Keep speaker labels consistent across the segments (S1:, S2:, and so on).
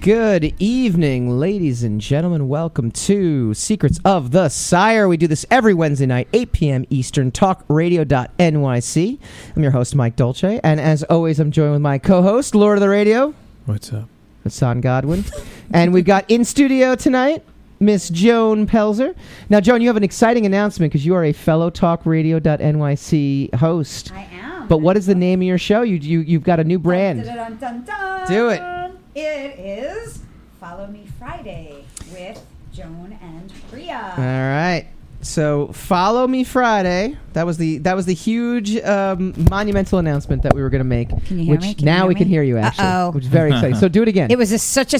S1: Good evening, ladies and gentlemen. Welcome to Secrets of the Sire. We do this every Wednesday night, 8 p.m. Eastern, talkradio.nyc. I'm your host, Mike Dolce. And as always, I'm joined with my co host, Lord of the Radio,
S2: What's up?
S1: Hassan Godwin. and we've got in studio tonight, Miss Joan Pelzer. Now, Joan, you have an exciting announcement because you are a fellow talkradio.nyc host.
S3: I am.
S1: But what is the name of your show? You, you, you've got a new brand.
S3: Dun, dun, dun, dun.
S1: Do it.
S3: It is Follow Me Friday with Joan and Priya.
S1: All right. So follow me Friday. That was the that was the huge um, monumental announcement that we were going to make.
S3: Can you hear
S1: Uh, which
S3: me? Can you
S1: now
S3: hear
S1: we can
S3: me?
S1: hear you, Ashley.
S3: Uh-oh.
S1: Which is very exciting. So do it again.
S3: it was a, such a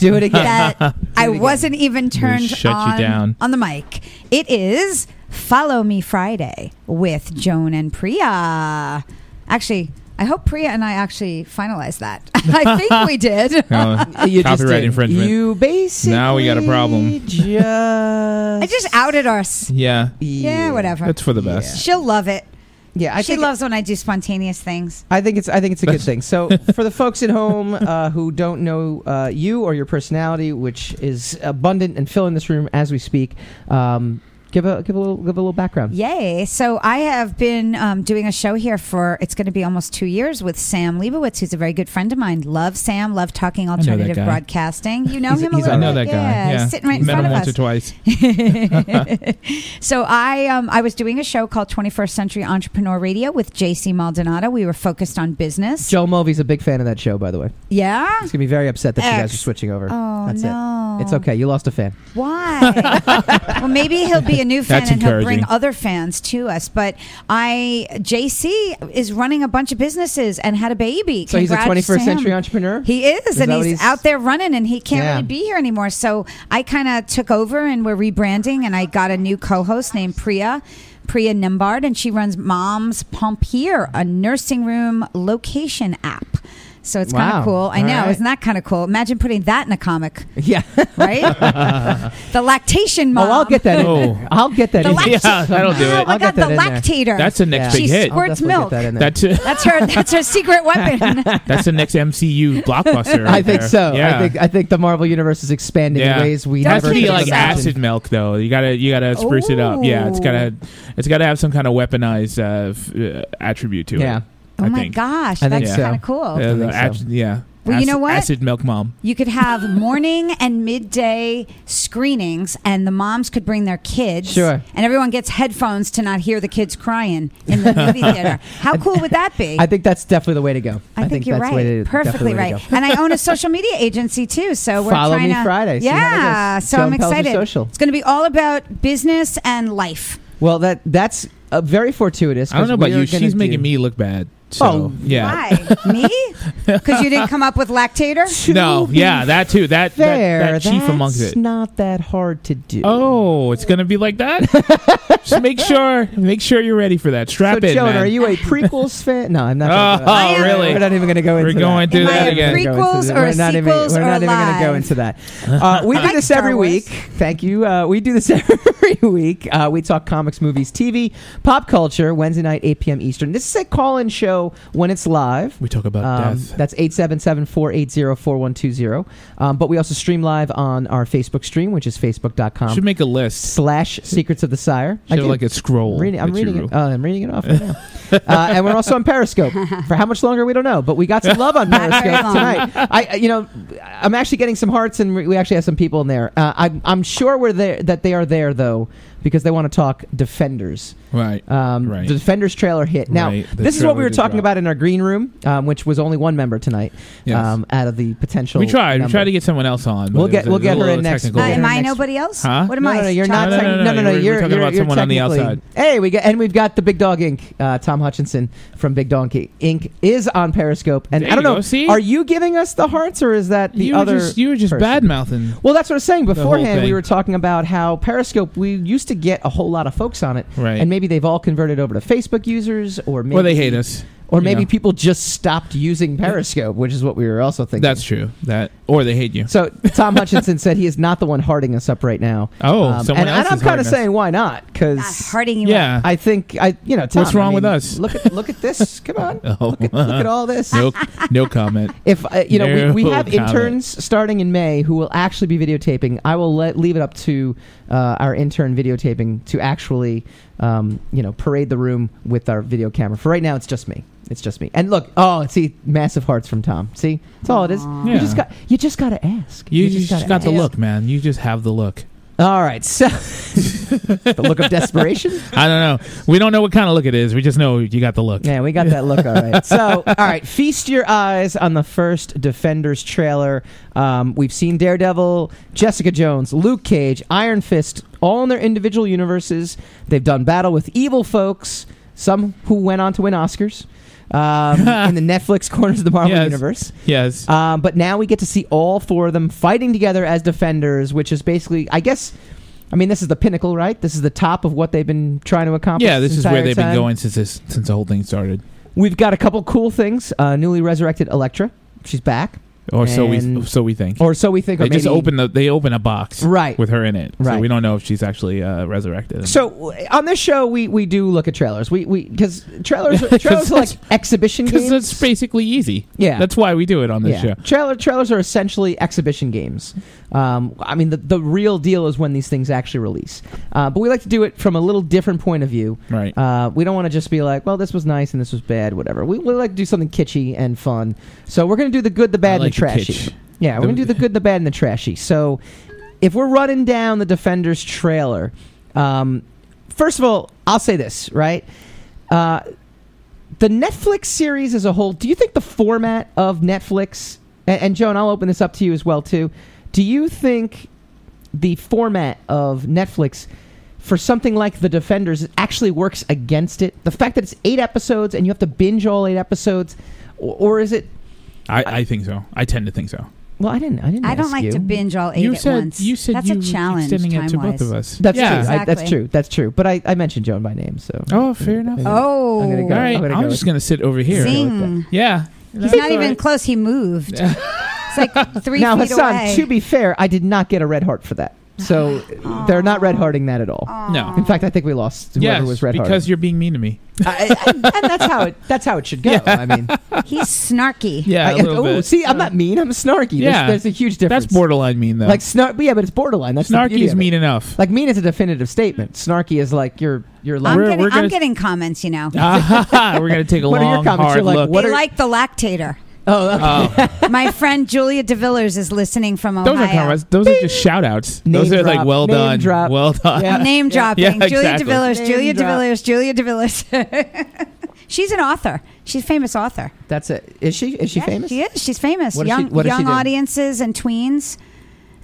S1: Do it again.
S3: that I
S1: again.
S3: wasn't even turned
S2: shut you
S3: on,
S2: down.
S3: on the mic. It is Follow Me Friday with Joan and Priya. Actually, I hope Priya and I actually finalized that. I think we did.
S1: you just
S2: Copyright
S1: did.
S2: infringement.
S1: You basically
S2: Now we got a problem.
S1: Just
S3: I just outed us.
S2: yeah,
S3: Yeah, whatever.
S2: that's for the best.
S3: She'll love it.
S1: Yeah, I
S3: she
S1: think
S3: loves when I do spontaneous things.
S1: I think it's I think it's a good thing. So for the folks at home uh, who don't know uh, you or your personality, which is abundant and filling this room as we speak, um, give a give a little give a little background.
S3: Yay. So I have been um, doing a show here for, it's going to be almost two years with Sam Leibowitz, who's a very good friend of mine. Love Sam, love talking
S2: that
S3: alternative
S2: guy.
S3: broadcasting. You know
S1: He's-
S3: him
S1: he's
S3: a
S2: I
S3: little
S2: know
S3: bit.
S2: that guy. Yeah,
S3: He's sitting right in
S2: met
S3: front
S2: him
S3: of
S2: once
S3: us.
S2: or twice.
S3: so I um, I was doing a show called 21st Century Entrepreneur Radio with JC Maldonado. We were focused on business.
S1: Joe Mulvey's a big fan of that show, by the way.
S3: yeah?
S1: He's gonna be very upset that you guys
S3: Ah. X.
S1: are switching over.
S3: Oh,
S1: That's
S3: no.
S1: it. It's okay. You lost a fan.
S3: Why? well, maybe he'll be a new fan
S2: That's
S3: and he'll bring
S2: encouraging.
S3: other fans to us. But I, JC is running a bunch of businesses and had a baby.
S1: So he's a
S3: Congrats,
S1: 21st
S3: Sam.
S1: century entrepreneur.
S3: He is,
S1: Is
S3: and
S1: that what he's-
S3: he's, out there running, and he can't
S1: Yeah.
S3: really be here anymore. So I kind of took over, and we're rebranding, and I got a new co-host named Priya. Priya Nimbard, and she runs Mom's Pump Here, a nursing room location app. So it's kind
S1: Wow.
S3: of cool. I
S1: All
S3: know.
S1: right.
S3: Isn't that kind of cool? Imagine putting that in a comic
S1: yeah.
S3: right? the lactation mom.
S1: Oh, I'll get that. In
S2: Oh.
S1: there. I'll get that.
S3: The
S1: in there.
S3: lact-
S2: yeah, that'll do
S3: Oh
S2: it.
S1: I'll
S3: my
S1: get that
S3: god, the
S1: in there.
S3: lactator.
S2: That's the next
S1: Yeah.
S2: big
S3: She's
S2: hit.
S1: I'll
S3: squirts
S1: definitely get
S3: milk.
S1: that in there.
S2: That's it.
S3: That's her. That's her secret weapon.
S2: That's the next MCU blockbuster.
S1: I
S2: right
S1: think
S2: there.
S1: so.
S2: Yeah.
S1: I think I think the Marvel universe is expanding
S2: yeah.
S1: in ways we
S2: it has
S1: never
S2: to be
S1: could
S2: like
S1: imagine.
S2: acid milk though. You gotta you gotta spruce it up. Yeah, it's gotta it's gotta have some kind of weaponized uh, f- uh, attribute to
S1: Yeah.
S2: it.
S3: oh
S2: I
S3: my
S2: think.
S3: gosh,
S1: I think
S3: that's
S1: so.
S3: kind of cool.
S2: Yeah,
S1: I think
S2: the
S1: so.
S2: acid- yeah.
S3: Well, you know
S2: Acid-
S3: what?
S2: Acid milk mom.
S3: You could have morning and midday screenings, and the moms could bring their kids.
S1: Sure.
S3: And everyone gets headphones to not hear the kids crying in the movie theater. How cool would that be?
S1: I think that's definitely the way to go.
S3: I think you're
S1: that's the way to,
S3: right.
S1: definitely
S3: Perfectly
S1: the way to
S3: right.
S1: go.
S3: And I own a social media agency too, so we're
S1: Follow
S3: trying
S1: me
S3: to
S1: Friday, see how that
S3: Yeah,
S1: goes.
S3: so
S1: Joan
S3: I'm
S1: Pelzer
S3: excited.
S1: Social.
S3: It's going to be all about business and life.
S1: Well, that that's uh, very fortuitous.
S2: I don't know
S1: 'cause
S2: about
S1: we
S2: you.
S1: are gonna
S2: She's
S1: do-
S2: making me look bad. So
S1: Oh,
S2: yeah.
S3: Why me? Because you didn't come up with lactator.
S1: To
S2: No,
S1: be
S2: yeah, that too. That
S1: Fair.
S2: that, that chief amongst
S1: that's
S2: it.
S1: not that hard to do.
S2: Oh, it's gonna be like that. Just make sure, make sure you're ready for that. Strap
S1: so
S2: in,
S1: Joan,
S2: man.
S1: are you a prequels fan? No, I'm not. gonna-
S2: Oh,
S3: I am-
S2: really?
S1: We're not even going to go
S2: We're
S1: into
S2: going
S1: that.
S2: to
S3: Am
S2: that
S3: I a
S2: again.
S3: freak? Prequels
S1: We're
S3: or
S1: not even-
S3: sequels
S1: We're
S3: or
S1: not even going to go
S3: live?
S1: into that. Uh, we do
S3: like
S1: this every
S3: Star Wars.
S1: week. Thank you. Uh, we do this every week. Uh, we talk comics, movies, TV, pop culture, Wednesday night, 8 p.m. Eastern. This is a call in show when it's live.
S2: We talk about
S1: Um,
S2: death.
S1: That's 877-480-4120. Um, but we also stream live on our Facebook stream, which is facebook.com
S2: Should make a list.
S1: slash secrets of the sire.
S2: Should have
S1: do.
S2: like a scroll.
S1: Reading, I'm
S2: that you
S1: reading
S2: wrote.
S1: it. Uh, I'm reading it off right now. uh, and we're also on Periscope. For how much longer, we don't know. But we got some love on
S3: Not very
S1: Periscope
S3: long.
S1: tonight. I, I- you know, I'm actually getting some hearts, and we we actually have some people in there. Uh, I'm, I'm sure we're there that they are there though, because they want to talk Defenders.
S2: Right.
S1: Um,
S2: Right.
S1: The Defenders trailer hit. Now,
S2: Right, the
S1: this is what we
S2: trailer
S1: were
S2: did
S1: talking
S2: drop.
S1: about in our green room, um, which was only one member tonight
S2: Yes.
S1: um, out of the potential.
S2: we tried.
S1: number.
S2: We tried to get someone else on. but
S1: We'll
S2: it
S1: get-
S2: was a
S1: we'll get her
S2: little
S1: in next-
S2: technical.
S3: Uh,
S1: Yeah.
S3: am I
S1: Next-
S3: nobody else?
S2: Huh?
S3: What am
S1: No,
S3: I?
S1: no, no, you're not.
S3: Chopped
S2: No, no,
S1: tech-
S2: no,
S1: no,
S2: no,
S1: no,
S2: you
S1: no,
S2: were- you were
S1: You're,
S2: talking
S1: you're
S2: about someone on the
S1: technically-
S2: outside.
S1: Hey, we got and we've got the Big Dog Inc. Uh, Tom Hutchinson from Big Dog Inc. is on Periscope, and
S2: There
S1: I don't
S2: you
S1: know.
S2: go, see?
S1: Are you giving us the hearts, or is that the
S2: you
S1: other?
S2: were just, you were just
S1: person?
S2: bad mouthing.
S1: Well, that's what I was saying
S2: whole
S1: beforehand. We
S2: thing.
S1: were talking about how Periscope. We used to get a whole lot of folks on it,
S2: Right.
S1: and maybe they've all converted over to Facebook users, or maybe
S2: Well, they hate us.
S1: or
S2: you
S1: maybe
S2: know.
S1: people just stopped using Periscope, which is what we were also thinking.
S2: That's true. That or they hate you.
S1: So Tom Hutchinson said he is not the one harding us up right now.
S2: Oh, someone
S1: and,
S2: else
S1: Um, and I'm
S2: is
S1: kind
S2: harding
S1: of
S2: us.
S1: saying why not? Because
S3: Not
S1: because
S3: hurting you.
S2: Yeah.
S1: I think I you know Tom,
S2: What's wrong
S1: I
S2: with
S1: mean,
S2: us?
S1: Look at look at this. Come on,
S2: Oh.
S1: look, at, look at all this.
S2: no, no comment.
S1: If uh, you know, we, we
S2: No
S1: have
S2: comment.
S1: interns starting in May who will actually be videotaping. I will let, leave it up to uh, our intern videotaping to actually, um, you know, parade the room with our video camera. For right now, it's just me. It's just me. And look, oh, see, massive hearts from Tom. See, that's all it is. You
S2: Yeah.
S1: just got, you just got to ask.
S2: You, just,
S1: gotta
S2: got the
S1: ask.
S2: look, man. You just have the look.
S1: All right, so the look of desperation.
S2: I don't know. We don't know what kind of look it is. We just know you got the look.
S1: Yeah, we got that look all right. So, all right, feast your eyes on the first Defenders trailer. Um, we've seen Daredevil, Jessica Jones, Luke Cage, Iron Fist, all in their individual universes. They've done battle with evil folks, some who went on to win Oscars um, in the Netflix corners of the Marvel
S2: Yes.
S1: universe.
S2: Yes.
S1: Um, but now we get to see all four of them fighting together as defenders, which is basically, I guess, I mean, this is the pinnacle, right? This is the top of what they've been trying to accomplish.
S2: yeah, this is where
S1: entire
S2: they've
S1: time.
S2: been going since this, since the whole thing started.
S1: We've got a couple cool things. Uh, newly resurrected Elektra, she's back,
S2: Or so we
S1: And-
S2: so we think.
S1: or so we think.
S2: they
S1: or maybe,
S2: just open the they open a box
S1: right.
S2: with her in it. So
S1: Right.
S2: we don't know if she's actually uh, resurrected.
S1: So w- on this show, we, we do look at trailers. We we because trailers are, trailers are like exhibition
S2: because
S1: games.
S2: that's basically easy.
S1: yeah,
S2: That's why we do it on this
S1: yeah.
S2: show.
S1: Trailer trailers are essentially exhibition games. Um, I mean, the the real deal is when these things actually release. Uh, but we like to do it from a little different point of view.
S2: Right.
S1: Uh, we don't want to just be like, well, this was nice and this was bad, whatever. We, we like to do something kitschy and fun. So we're going to do the good, the bad,
S2: I like
S1: and the trashy.
S2: kitsch.
S1: yeah, we're
S2: The-
S1: going to do the good, the bad, and the trashy. So if we're running down the Defenders trailer, um, first of all, I'll say this, right? Uh, the Netflix series as a whole, do you think the format of Netflix, and, and Joan, I'll open this up to you as well, too. Do you think the format of Netflix for something like The Defenders actually works against it? The fact that it's eight episodes and you have to binge all eight episodes, or, or is it?
S2: I, I think so. I tend to think so.
S1: Well, I didn't. I didn't.
S3: I don't
S1: ask
S3: like
S1: you.
S3: to binge all eight
S2: you
S3: at
S2: said
S3: once.
S2: you said
S3: That's
S2: you
S3: a challenge.
S2: extending it to
S3: time-wise.
S2: both of us.
S1: That's
S2: yeah.
S1: true. I, that's
S3: Exactly.
S1: true. That's true. But I, I mentioned Joan by name, so
S2: Oh, fair enough.
S1: Yeah.
S3: Oh,
S1: I'm gonna
S2: All
S1: go.
S2: right,
S1: I'm
S2: I'm,
S1: gonna go
S2: just
S1: with-
S2: gonna sit over here.
S1: Zing.
S3: zing!
S2: Yeah,
S3: He's
S2: That's
S3: not even
S2: all right.
S3: close. He moved. it's like three
S1: now
S3: feet
S1: Hassan.
S3: away.
S1: To be fair, I did not get a red heart for that, so they're not red hearting that at all.
S2: No.
S1: In fact, I think we lost whoever
S2: Yes,
S1: was red hearting.
S2: because you're being mean to me.
S1: I, I- and that's how it that's how it should go. I mean,
S3: he's snarky.
S2: Yeah,
S1: I-
S2: a little
S1: oh,
S2: bit.
S1: see, I'm not mean. I'm snarky.
S2: Yeah.
S1: there's, there's a huge difference.
S2: That's borderline mean though.
S1: Like snark, yeah, but it's borderline. That's the beauty
S2: snarky is
S1: of it.
S2: mean enough.
S1: Like mean is a definitive statement. Snarky is like you're you're
S3: I'm,
S1: like
S2: We're-
S3: getting,
S2: we're gonna-
S3: I'm getting comments. You know,
S2: Ah, We're gonna take a
S1: What are your
S2: long,
S1: comments?
S2: hard
S1: You're like,
S2: look.
S1: what
S3: they
S1: are-
S3: like the lactator.
S1: oh okay.
S2: Oh,
S3: My friend Julia DeVillers is listening from Ohio.
S2: those are comments. Those are just shout outs. Those
S1: Name
S2: are like
S1: drop,
S2: well
S1: name
S2: done,
S1: drop.
S2: well done.
S1: Yeah.
S3: Name dropping.
S2: Yeah,
S3: Julia
S2: exactly.
S3: DeVillers.
S1: Name
S3: Julia
S1: drop.
S3: DeVillers. Julia DeVillers. She's an author. She's a famous author.
S1: that's it. Is she is she
S3: Yeah,
S1: famous?
S3: She is. She's famous.
S1: What does she-
S3: young
S1: what does she
S3: young
S1: do?
S3: audiences and tweens.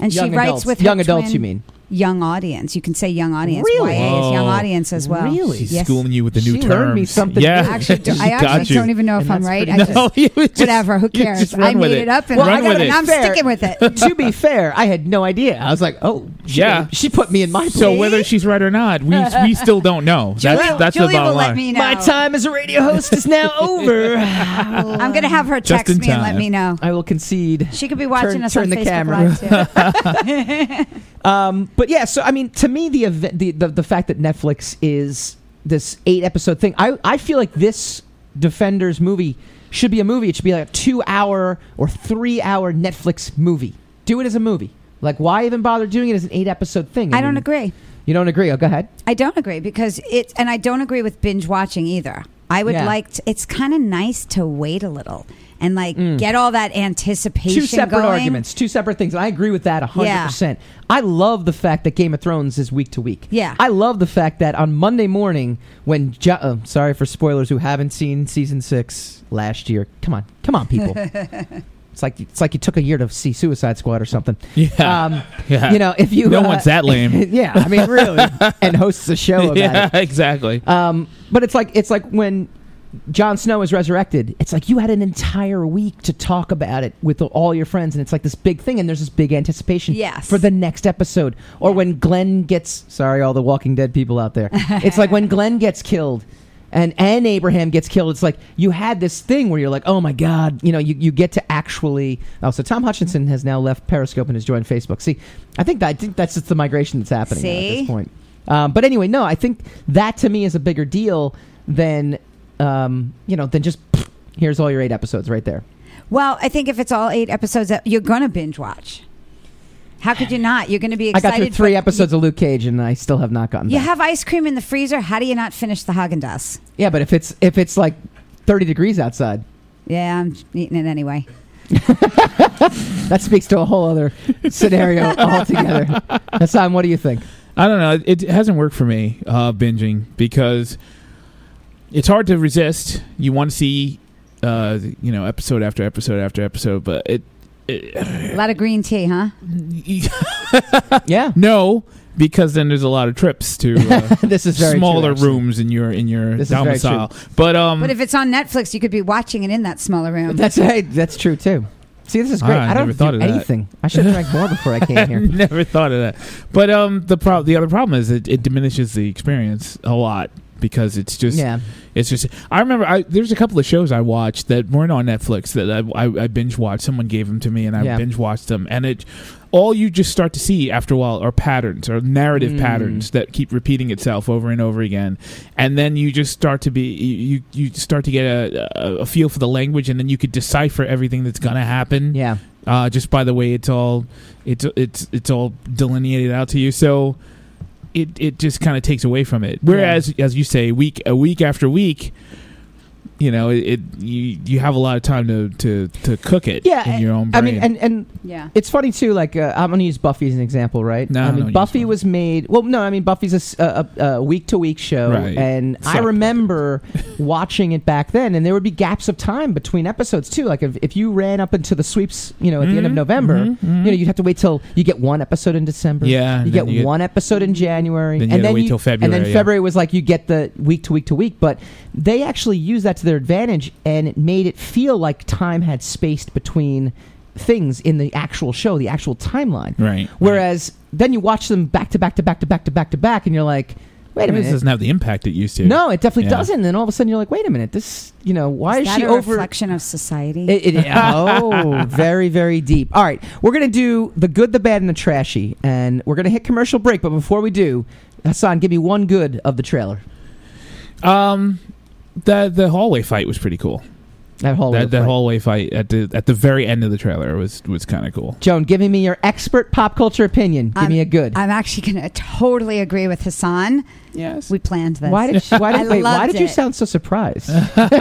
S3: And
S1: Young
S3: she writes
S1: adults.
S3: with her
S1: young adults.
S3: twin-
S1: You mean?
S3: young audience. You can say young audience.
S1: Really?
S3: YA is young
S2: Whoa.
S3: audience as well.
S1: Really?
S2: She's
S3: Yes.
S2: schooling you with the new
S1: She
S2: terms.
S1: learned me something
S2: Yeah,
S1: new.
S3: I actually, don't, I
S2: Got
S3: actually
S2: you.
S3: don't even know if
S1: And
S3: I'm
S1: that's
S3: right.
S1: pretty
S3: I
S1: nice.
S3: just,
S2: No, you just-
S3: whatever. Who
S2: you
S3: cares?
S2: just
S3: I
S2: run with
S3: made it.
S2: it.
S3: up, and
S2: Well,
S3: I
S2: Run with
S3: and
S2: it.
S3: I'm
S1: Fair.
S3: sticking with it.
S1: to be fair, I had no idea. I was like, oh she-
S2: Yeah.
S1: she put me in my
S2: So
S1: place.
S2: whether she's right or not, we we still don't know.
S3: Julia-
S2: that's that's
S3: Julia
S2: the bottom
S3: will
S2: line.
S3: let me know.
S1: my time as a radio host is now over.
S3: I'm gonna have her
S2: Just
S3: text
S2: in
S3: me and let
S2: time.
S3: me know.
S1: I will concede.
S3: She could be watching
S1: Turn-
S3: us
S1: turn
S3: on
S1: the
S3: Facebook
S1: camera.
S3: Live too.
S1: Um, but yeah, so I mean, to me, the, ev- the the the fact that Netflix is this eight episode thing, I I feel like this Defenders movie should be a movie. It should be like a two hour or three hour Netflix movie. Do it as a movie. Like, why even bother doing it as an eight episode thing?
S3: I don't
S1: mean,
S3: agree.
S1: You don't agree? Oh, go ahead.
S3: I don't agree because it, and I don't agree with binge watching either. I would
S1: Yeah.
S3: like to, it's kind of nice to wait a little and like get all that anticipation.
S1: Mm. Two separate
S3: going.
S1: arguments, two separate things. And I agree with that 100%. I love the fact that Game of Thrones is week to week.
S3: Yeah.
S1: I love the fact that on Monday morning, when. Jo- oh, sorry for spoilers who haven't seen season six last year. Come on. Come on, people. It's like it's like you took a year to see Suicide Squad or something.
S2: Yeah.
S1: Um,
S2: Yeah.
S1: You know, if you uh,
S2: No one's that lame.
S1: yeah, I mean, really, and hosts a show about it.
S2: yeah, exactly.
S1: Um, but it's like it's like when Jon Snow is resurrected. It's like you had an entire week to talk about it with all your friends, and it's like this big thing, and there's this big anticipation
S3: Yes.
S1: for the next episode. Or when Glenn gets sorry, all the Walking Dead people out there. it's like when Glenn gets killed. And, and Abraham gets killed. It's like you had this thing where you're like, oh my God, you know, you, you get to actually. Oh, so Tom Hutchinson has now left Periscope and has joined Facebook. See, I think that I think that's just the migration that's happening now at
S3: See?
S1: this point. Um, but anyway, no, I think that to me is a bigger deal than um, you know than just pfft, here's all your eight episodes right there.
S3: Well, I think if it's all eight episodes, that you're going to binge watch. How could you not? You're going to be
S1: I
S3: excited.
S1: got through three
S3: but
S1: episodes of Luke Cage, and I still have not gotten.
S3: You, you
S1: back.
S3: have ice cream in the freezer. How do you not finish the Haagen Dazs?
S1: yeah, but if it's if it's like thirty degrees outside,
S3: Yeah, I'm eating it anyway.
S1: that speaks to a whole other scenario altogether. Hassan, what do you think?
S2: I don't know. It, it hasn't worked for me uh, binging because it's hard to resist. You want to see, uh, you know, episode after episode after episode, but it.
S3: A lot of green tea, huh?
S2: it
S1: Yeah,
S2: no, because then there's a lot of trips to uh,
S1: this is very true,
S2: smaller
S1: actually.
S2: rooms in your in your
S1: This is very
S2: domicile. But
S1: Mm.
S2: um,
S3: But if it's on Netflix, you could be watching it in that smaller room.
S1: That's hey, that's true too. See, this is great.
S2: Ah, I
S1: I don't have
S2: never
S1: to
S2: thought
S1: do
S2: of that.
S1: anything. I should have drank more before I came here.
S2: Never thought of that. But um, the pro- the other problem is it, it diminishes the experience a lot because it's just
S1: Yeah,
S2: it's just. I remember I there's a couple of shows I watched that weren't on Netflix that I I, I binge watched. Someone gave them to me and I
S1: Yeah.
S2: binge watched them, and it all you just start to see after a while are patterns or narrative
S1: Mm.
S2: patterns that keep repeating itself over and over again and then you just start to be you you you start to get a, a, a feel for the language and then you could decipher everything that's gonna happen
S1: yeah.
S2: uh, just by the way it's all it's it's it's all delineated out to you so it it just kind of takes away from it whereas as you say week a week after week you know it, it you you have a lot of time to to to cook it
S1: Yeah,
S2: in your own
S1: I
S2: brain
S1: mean, and and
S3: yeah.
S1: it's funny too. Like uh, I'm going to use Buffy as an example, right?
S2: No,
S1: I
S2: no,
S1: mean
S2: use
S1: Buffy
S2: Buffy.
S1: was made. Well, no, I mean Buffy's a s- a- a week to week show,
S2: Right.
S1: and I
S2: Sucked.
S1: remember watching it back then, and there would be gaps of time between episodes too. Like if, if you ran up into the sweeps, you know, at the end of
S2: Mhm,
S1: November,
S2: mhm, mhm.
S1: you know, you'd have to wait till you get one episode in December.
S2: yeah
S1: You
S2: and
S1: get,
S2: then
S1: one episode in January,
S2: Then you
S1: and
S2: gotta
S1: then
S2: wait
S1: you,
S2: till February,
S1: and then
S2: yeah.
S1: February was like you get the week to week to week. But they actually used that to their advantage, and it made it feel like time had spaced between things in the actual show, the actual timeline.
S2: right
S1: Whereas then you watch them back to back to back to back to back to back, and you're like, wait a
S2: this
S1: minute.
S2: doesn't have the impact it used to
S1: No, it definitely
S2: Yeah.
S1: doesn't. And all of a sudden, you're like, wait a minute. This, you know, why is,
S3: that
S1: she
S3: a
S1: over?
S3: reflection of society?
S1: It, it, oh, very, very deep. All right, we're going to do the good, the bad, and the trashy, and we're going to hit commercial break. But before we do, Hassan, give me one good of the trailer.
S2: um the the hallway fight was pretty cool
S1: That whole,
S2: that, that hallway fight at the at the very end of the trailer was was kind of cool
S1: Joan, giving me your expert pop culture opinion. Give
S3: I'm-
S1: me a good.
S3: I'm actually going to totally agree with Hassan.
S2: yes
S3: We planned this.
S1: why did she, why
S3: I
S1: did, wait, why
S3: loved
S1: did you
S3: it.
S1: sound so surprised?
S3: I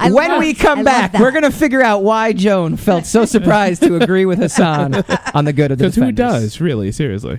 S1: when
S3: love-
S1: we
S3: I
S1: come
S3: love
S1: back,
S3: that.
S1: we're going to figure out why Joan felt so surprised to agree with Hassan on the good of the
S2: because who
S1: Defenders.
S2: does really seriously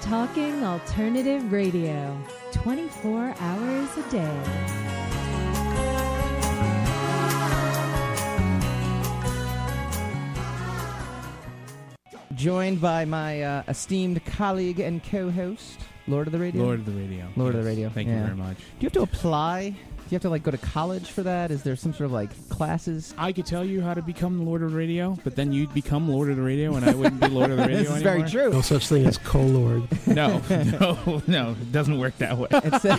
S4: Talking Alternative Radio, 24 hours a day.
S1: Joined by my uh, esteemed colleague and co-host, Lord of the Radio.
S2: Lord of the Radio.
S1: Lord of the Radio,
S2: Thank
S1: yeah.
S2: you very much.
S1: Do you have to apply? Do you have to like go to college for that? Is there some sort of like classes?
S2: I could tell you how to become Lord of the Radio, but then you'd become Lord of the Radio, and I wouldn't be Lord of the Radio
S1: this is
S2: anymore.
S1: very true.
S5: No such thing as co-lord.
S2: No, no, no. It doesn't work that way.
S1: It's, uh,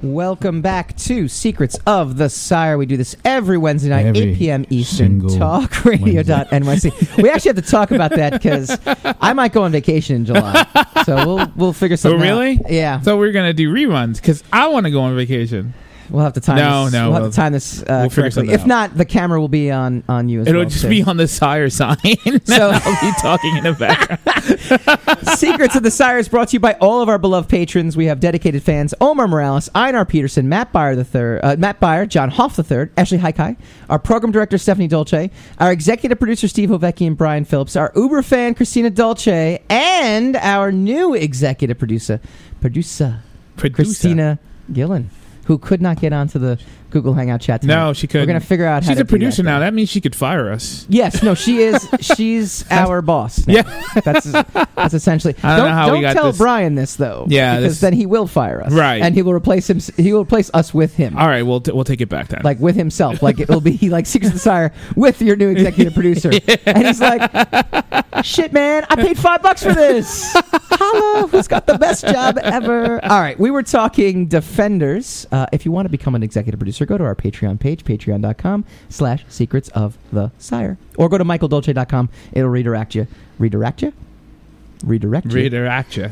S1: Welcome back to Secrets of the Sire. We do this every Wednesday night,
S5: Every
S1: 8 p.m. Eastern.
S5: single
S1: Talkradio.nyc. we actually have to talk about that because I might go on vacation in July, so we'll we'll figure something.
S2: Oh, really?
S1: Out. Yeah,
S2: So we're gonna do reruns because I want to go on vacation.
S1: we'll have to time.
S2: No,
S1: this.
S2: no,
S1: we'll have
S2: we'll-
S1: to time this. Uh,
S2: we'll figure
S1: correctly.
S2: something
S1: If
S2: out.
S1: not, the camera will be on on you. As
S2: It'll
S1: well,
S2: just
S1: too.
S2: be on the sire sign.
S1: So-
S2: I'll be talking in the background.
S1: Secrets of the Sire is brought to you by all of our beloved patrons. We have dedicated fans Omar Morales, Einar Peterson, Matt Byer the third, uh, Matt Byer, John Hoff III, Ashley Haikai, our program director Stephanie Dolce, our executive producer Steve Hovecki and Brian Phillips, our Uber fan Christina Dolce, and our new executive producer, producer Christina Gillen, who could not get onto the Google Hangout chat. Tonight.
S2: No, she
S1: we're
S2: couldn't.
S1: going to figure out how
S2: She's
S1: to do
S2: a
S1: that
S2: producer now.
S1: thing.
S2: That means she could fire us.
S1: Yes, no, she is. She's our boss. now. that's that's essentially.
S2: I don't know how we got
S1: tell
S2: this.
S1: Brian this though.
S2: Yeah,
S1: because
S2: this-
S1: then he will fire us.
S2: Right.
S1: and he will replace him. He will replace us with him.
S2: All right, we'll t- we'll take it back then.
S1: Like with himself, like it'll be like Secrets of the Sire with your new executive producer, and he's like, "Shit, man, I paid five bucks for this. Holla, who's got the best job ever?" All right, we were talking Defenders. Uh, if you want to become an executive producer, go to our Patreon page, patreon.com/slash Secrets of the Sire, or go to michaeldolce.com. It'll redirect you, redirect you, redirect you.
S2: redirect you.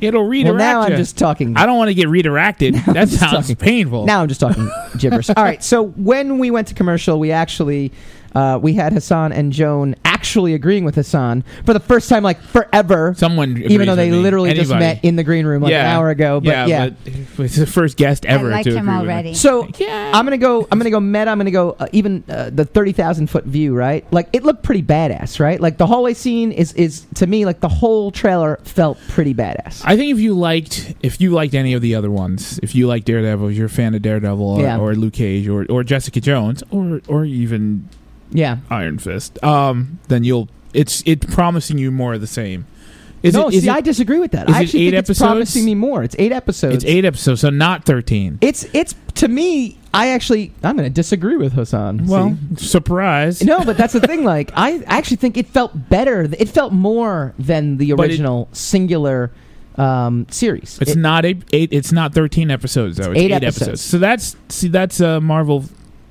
S2: It'll
S1: Well,
S2: redirect
S1: now
S2: you.
S1: I'm just talking.
S2: I don't want to get redirected. that
S1: just
S2: sounds
S1: talking.
S2: painful.
S1: Now I'm just talking gibberish. All right. So when we went to commercial, we actually uh, we had Hassan and Joan actually agreeing with Hassan for the first time, like forever.
S2: someone, agrees
S1: even though they
S2: with me.
S1: literally just
S2: Anybody.
S1: met in the green room like an hour ago, but yeah.
S2: but it's the first guest ever.
S3: I like
S2: to
S3: him
S2: agree with me.
S3: already.
S1: So
S2: Yeah.
S1: I'm gonna go. I'm gonna go meta. I'm gonna go uh, even uh, the thirty thousand foot view. Right, like it looked pretty badass. Right, like the hallway scene is is to me like the whole trailer felt pretty badass.
S2: I think if you liked if you liked any of the other ones, if you like Daredevil, if you're a fan of Daredevil or,
S1: Yeah.
S2: or Luke Cage or, or Jessica Jones or or even
S1: yeah,
S2: Iron Fist, um, then you'll it's it's promising you more of the same. Is
S1: no,
S2: it, is
S1: see,
S2: it-
S1: I disagree with that.
S2: is
S1: I
S2: it
S1: actually
S2: eight
S1: think it's
S2: episodes?
S1: promising me more. It's eight episodes.
S2: it's eight episodes, so not thirteen.
S1: It's it's to me. I actually I'm going to disagree with Hassan.
S2: well, surprise.
S1: See? no, but that's the thing. Like I actually think it felt better. It felt more than the
S2: But it-
S1: original singular um, series.
S2: It's
S1: It-
S2: not eight, eight. It's not thirteen episodes though. It's
S1: eight
S2: eight,
S1: episodes.
S2: episodes. So that's see that's uh, Marvel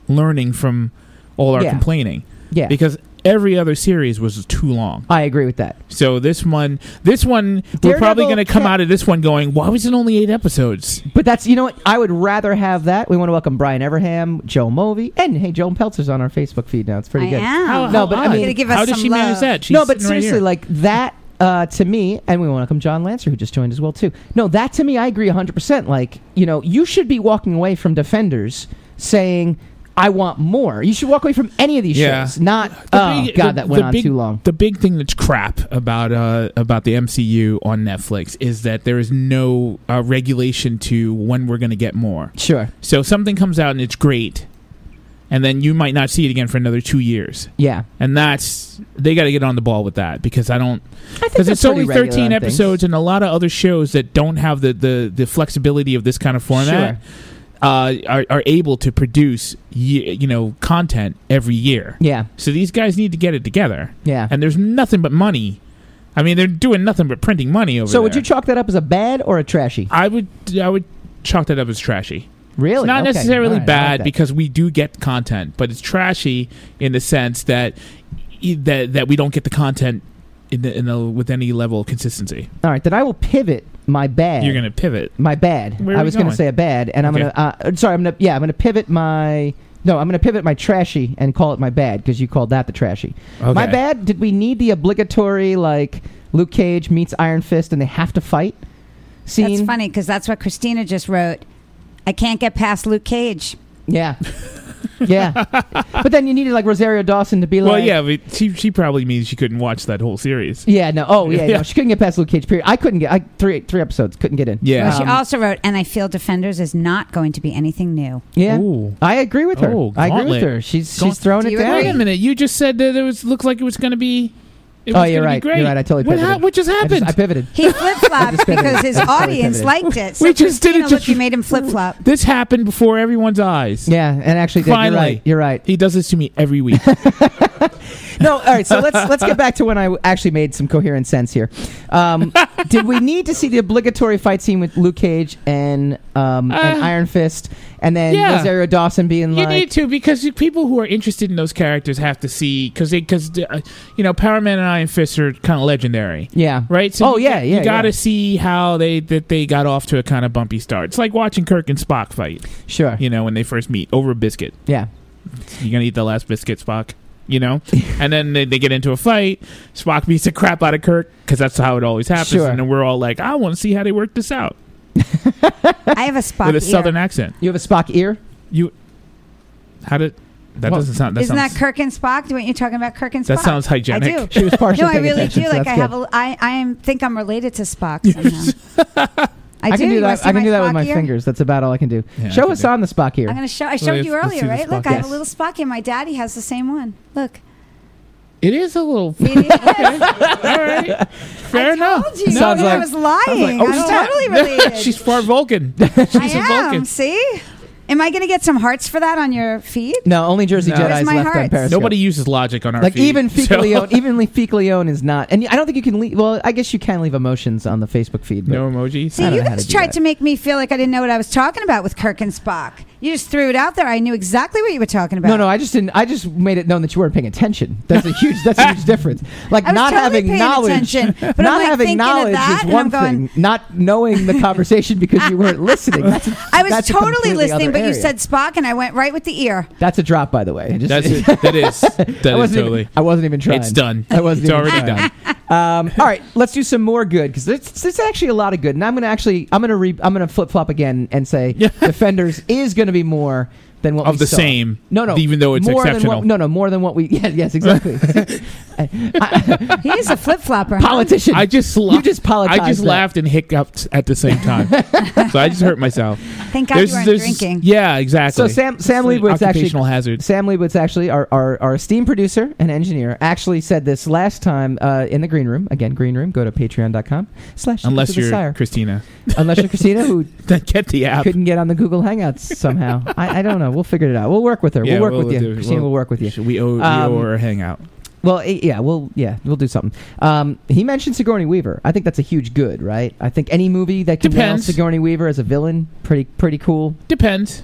S2: learning from all our
S1: Yeah.
S2: complaining
S1: yeah,
S2: because every other series was too long.
S1: I agree with that.
S2: So this one, this one, we're
S1: Daredevil
S2: probably going to come
S1: kept-
S2: out of this one going, why was it only eight episodes?
S1: But that's you know what I would rather have that. We want to welcome Brian Everham, Joe Movey, and hey, Joan Peltzer's on our Facebook feed now. It's pretty
S3: I
S1: good.
S3: am.
S2: How-
S1: No,
S2: how
S1: but I
S2: odd.
S1: mean-
S3: Gotta give us
S2: how does
S3: some
S2: she manage
S3: love.
S2: that? She's
S1: no, but
S2: sitting right
S1: seriously,
S2: here.
S1: like that uh, to me, and we want to welcome John Lancer, who just joined as well too. No, that to me, I agree hundred percent. Like you know, you should be walking away from Defenders saying, "I want more." You should walk away from any of these
S2: Yeah.
S1: shows, not
S2: The
S1: oh
S2: big-
S1: god,
S2: the-
S1: that went
S2: the
S1: on
S2: big-
S1: too long.
S2: the big thing that's crap about uh, about the MCU on Netflix is that there is no uh, regulation to when we're going to get more.
S1: Sure,
S2: So something comes out and it's great, and then you might not see it again for another two years.
S1: yeah,
S2: And that's they got to get on the ball with that because I
S1: I
S2: don't
S1: think
S2: because
S1: that's
S2: it's only
S1: pretty regular
S2: thirteen
S1: on things.
S2: episodes and a lot of other shows that don't have the the, the flexibility of this kind of format uh, are are able to produce ye- you know content every year.
S1: Yeah,
S2: So these guys need to get it together,
S1: yeah.
S2: and there's nothing but money. I mean, they're doing nothing but printing money over
S1: So
S2: there.
S1: would you chalk that up as a bad or a trashy?
S2: I would I would chalk that up as trashy.
S1: Really,
S2: It's not
S1: Okay.
S2: necessarily
S1: All right, I like
S2: bad
S1: that.
S2: because we do get content, but it's trashy in the sense that e, that that we don't get the content in the, in the with any level of consistency.
S1: all right, then I will pivot my bad.
S2: You're going to pivot.
S1: my bad.
S2: Where are
S1: I
S2: we
S1: was going to
S2: going?
S1: say a bad, and I'm
S2: Okay.
S1: going to. Uh, sorry, I'm going to. Yeah, I'm going to pivot my. No, I'm going to pivot my trashy and call it my bad because you called that the trashy.
S2: Okay.
S1: My bad. Did we need the obligatory like Luke Cage meets Iron Fist and they have to fight scene?
S3: That's funny because that's what Christina just wrote. I can't get past Luke Cage.
S1: Yeah, yeah. But then you needed like Rosario Dawson to be like.
S2: Well, yeah, but she she probably means she couldn't watch that whole series.
S1: Yeah. No. Oh, yeah.
S2: Yeah.
S1: No, she couldn't get past Luke Cage. Period. I couldn't get. I three three episodes couldn't get in.
S2: Yeah.
S3: Well, she
S1: Um,
S3: also wrote, and I feel Defenders is not going to be anything new.
S1: yeah.
S2: Ooh.
S1: I agree with her.
S2: Oh,
S1: I agree with
S2: gauntlet.
S1: her. She's she's
S2: Gaunt-
S1: throwing
S3: Do
S1: it
S3: you
S1: down.
S3: agree?
S2: Wait a minute, you just said that it was looked like it was going to be. It
S1: Oh,
S2: was
S1: you're
S2: gonna be
S1: right.
S2: Great.
S1: You're right. I totally
S2: What,
S1: pivoted.
S2: hap- what just
S1: I, just,
S2: happened?
S1: I pivoted.
S3: He flip flopped
S1: pivoted.
S3: because his
S1: I just totally
S3: audience
S1: pivoted.
S3: liked it. So
S2: we just did
S3: Christina,
S2: it.
S3: look,
S2: Just
S3: you made him flip flop.
S2: This happened before everyone's eyes.
S1: Yeah, and actually, did. you're
S2: Finally.
S1: right. You're right.
S2: He does this to me every week.
S1: no, all right. So let's let's get back to when I actually made some coherent sense here. Um, did we need to see the obligatory fight scene with Luke Cage and um, and
S2: Uh,
S1: Iron Fist, and then
S2: yeah.
S1: Rosario Dawson being
S2: You
S1: like,
S2: need to because you- people who are interested in those characters have to see because they because uh, you know Power Man and Iron Fist are kind of legendary,
S1: yeah,
S2: right?
S1: Oh,
S2: you-
S1: yeah, yeah,
S2: You got to
S1: yeah.
S2: see how they that they got off to a kind of bumpy start. It's like watching Kirk and Spock fight.
S1: sure,
S2: You know when they first meet over a biscuit.
S1: yeah,
S2: You gonna eat the last biscuit, Spock? You know, and then they, they get into a fight. Spock beats the crap out of Kirk because that's how it always happens.
S1: Sure.
S2: And then we're all like, I want to see how they work this out
S3: I have a spot.
S2: with a southern accent.
S1: You have a Spock ear.
S2: How did that
S1: Well,
S2: doesn't sound? That
S3: Isn't
S2: sounds,
S3: that Kirk and Spock? What you're talking about, Kirk and Spock?
S2: that sounds hygienic.
S3: I do.
S1: She was partially.
S3: no, I
S1: paying
S3: really
S1: attention,
S3: do.
S1: so
S3: Like I
S1: that's
S3: have,
S1: good.
S3: a, I, I am think I'm related to Spock somehow. I do.
S1: I can do
S3: You wanna
S1: that.
S3: see
S1: I can do that
S3: Spock
S1: with my
S3: ear?
S1: fingers. That's about all I can do.
S2: Yeah, I
S1: Show
S2: can
S1: us
S2: do-
S1: on the Spock
S3: I'm
S1: ear.
S3: gonna show. I
S2: Well,
S3: showed you
S2: let's- let's
S3: earlier,
S2: do this
S3: right? Look,
S2: Spock.
S3: I have a
S1: Yes.
S3: little Spock in my daddy has the same one. Look,
S2: It is a little
S3: it is.
S2: All right. Fair
S3: I
S2: enough.
S3: told you.
S1: Sounds
S3: I
S1: like-
S3: was lying.
S2: I was like, oh,
S3: I'm
S2: snap.
S3: totally related.
S2: She's far Vulcan.
S3: I
S2: She's a
S3: am.
S2: Vulcan.
S3: See, am I gonna get some hearts for that on your feed?
S1: No, only Jersey
S2: No.
S1: Jedi's
S3: Where's my
S1: left on
S3: hearts?
S1: Periscope.
S2: Nobody uses logic on our
S1: like
S2: feed,
S1: even
S2: so-
S1: Fecalione, evenly Fecalione is not, and I don't think you can leave. Well, I guess you can leave emotions on the Facebook feed. But
S2: No emojis.
S1: I
S3: See,
S1: don't
S3: you
S1: know how
S3: guys
S1: to do
S3: tried
S1: that.
S3: to make me feel like I didn't know what I was talking about with Kirk and Spock. You just threw it out there. I knew exactly what you were talking about.
S1: No, no, I just didn't. I just made it known that you weren't paying attention. That's a huge. That's a huge difference. Like
S3: I was
S1: not
S3: totally
S1: having
S3: paying
S1: knowledge,
S3: attention, but I'm,
S1: not
S3: like,
S1: having
S3: thinking of
S1: knowledge
S3: that,
S1: is
S3: and
S1: one
S3: I'm going-
S1: thing. Not knowing the conversation because you weren't listening. That's a,
S3: I was
S1: that's a
S3: totally
S1: completely
S3: listening,
S1: other
S3: but you
S1: area.
S3: said Spock, and I went right with the ear.
S1: that's a drop, by the way. I just-
S2: That's it. That is. That is
S1: I wasn't even-
S2: totally.
S1: I wasn't even trying.
S2: It's done.
S1: I wasn't
S2: It's
S1: even
S2: already
S1: trying.
S2: done.
S1: Um, all right, let's do some more good because there's, there's actually a lot of good, and I'm gonna actually I'm gonna re, I'm gonna flip flop again and say
S2: Yeah.
S1: Defenders is gonna be more than what
S2: Of
S1: we
S2: the
S1: saw.
S2: same,
S1: No, no,
S2: even though it's
S1: more
S2: exceptional.
S1: Than what, no, no, more than what we. Yes, yes, exactly. I-
S3: He is a flip flopper.
S1: I- politician.
S2: I just la-
S1: you just
S2: I
S1: politicize.
S2: just
S1: that.
S2: laughed and hiccuped at the same time, so I just hurt myself.
S3: Thank God
S2: There's-
S3: you weren't
S2: there's-
S3: drinking.
S2: Yeah, exactly.
S1: So Sam Sam
S2: It's an
S1: Leibowitz actually
S2: occupational hazard.
S1: Sam Leibowitz, actually, our, our, our esteemed producer and engineer, actually said this last time uh, in the green room. Again, green room. Go to patreon.com slash Secrets
S2: Unless
S1: of the
S2: you're
S1: Sire.
S2: Christina,
S1: unless you're Christina, who
S2: then get the app.
S1: couldn't get on the Google Hangouts somehow. I, I don't know. We'll figure it out. We'll work with her.
S2: Yeah,
S1: we'll work
S2: we'll
S1: with you,
S2: do-
S1: Christina. We'll,
S2: we'll-
S1: work with you.
S2: We owe, we
S1: Um,
S2: owe her a hangout.
S1: Well, i yeah, we'll yeah, we'll do something. Um, he mentioned Sigourney Weaver. I think that's a huge good, right? I think any movie that can have
S2: Depends.
S1: Sigourney Weaver as a villain, pretty pretty cool,
S2: Depends.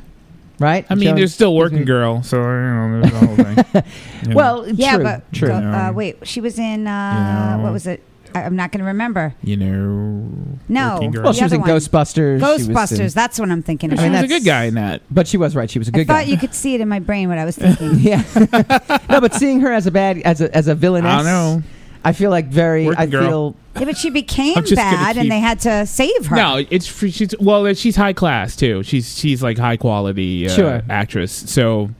S1: right?
S2: I mean,
S1: Joan-
S2: there's still working
S1: Joan-
S2: girl, Mm-hmm. so you know, there's the whole thing. You know.
S1: Well,
S3: Yeah,
S1: true,
S3: but
S1: true.
S3: go- uh,
S2: No.
S3: wait, she was in uh,
S2: No.
S3: what was it? I, I'm not going to remember.
S2: you know,
S3: No.
S2: Working girl.
S1: well,
S3: the
S1: she was
S3: other
S1: in
S3: one.
S1: Ghostbusters. she was in-
S3: Ghostbusters. that's what I'm thinking.
S1: I
S3: Of.
S1: mean,
S2: she was a
S1: that's-
S2: good guy in that.
S1: but she was right. She was a
S3: I
S1: good
S3: thought
S1: guy.
S3: you could see it in my brain what I was thinking.
S1: yeah. no, but seeing her as a bad as a as a villainess,
S2: I don't know.
S1: I feel like very.
S2: Working
S1: I
S2: girl.
S1: feel
S3: yeah, but she became
S2: I'm just gonna
S3: bad,
S2: keep-
S3: and they had to save her.
S2: No, it's free- she's well, uh, she's high class too. She's she's like high quality uh,
S1: Sure.
S2: actress. So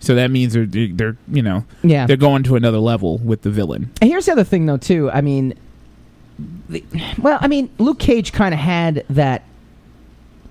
S2: so that means they're they're you know
S1: yeah.
S2: they're going to another level with the villain.
S1: And here's the other thing, though, too. I mean, the, well, I mean, Luke Cage kind of had that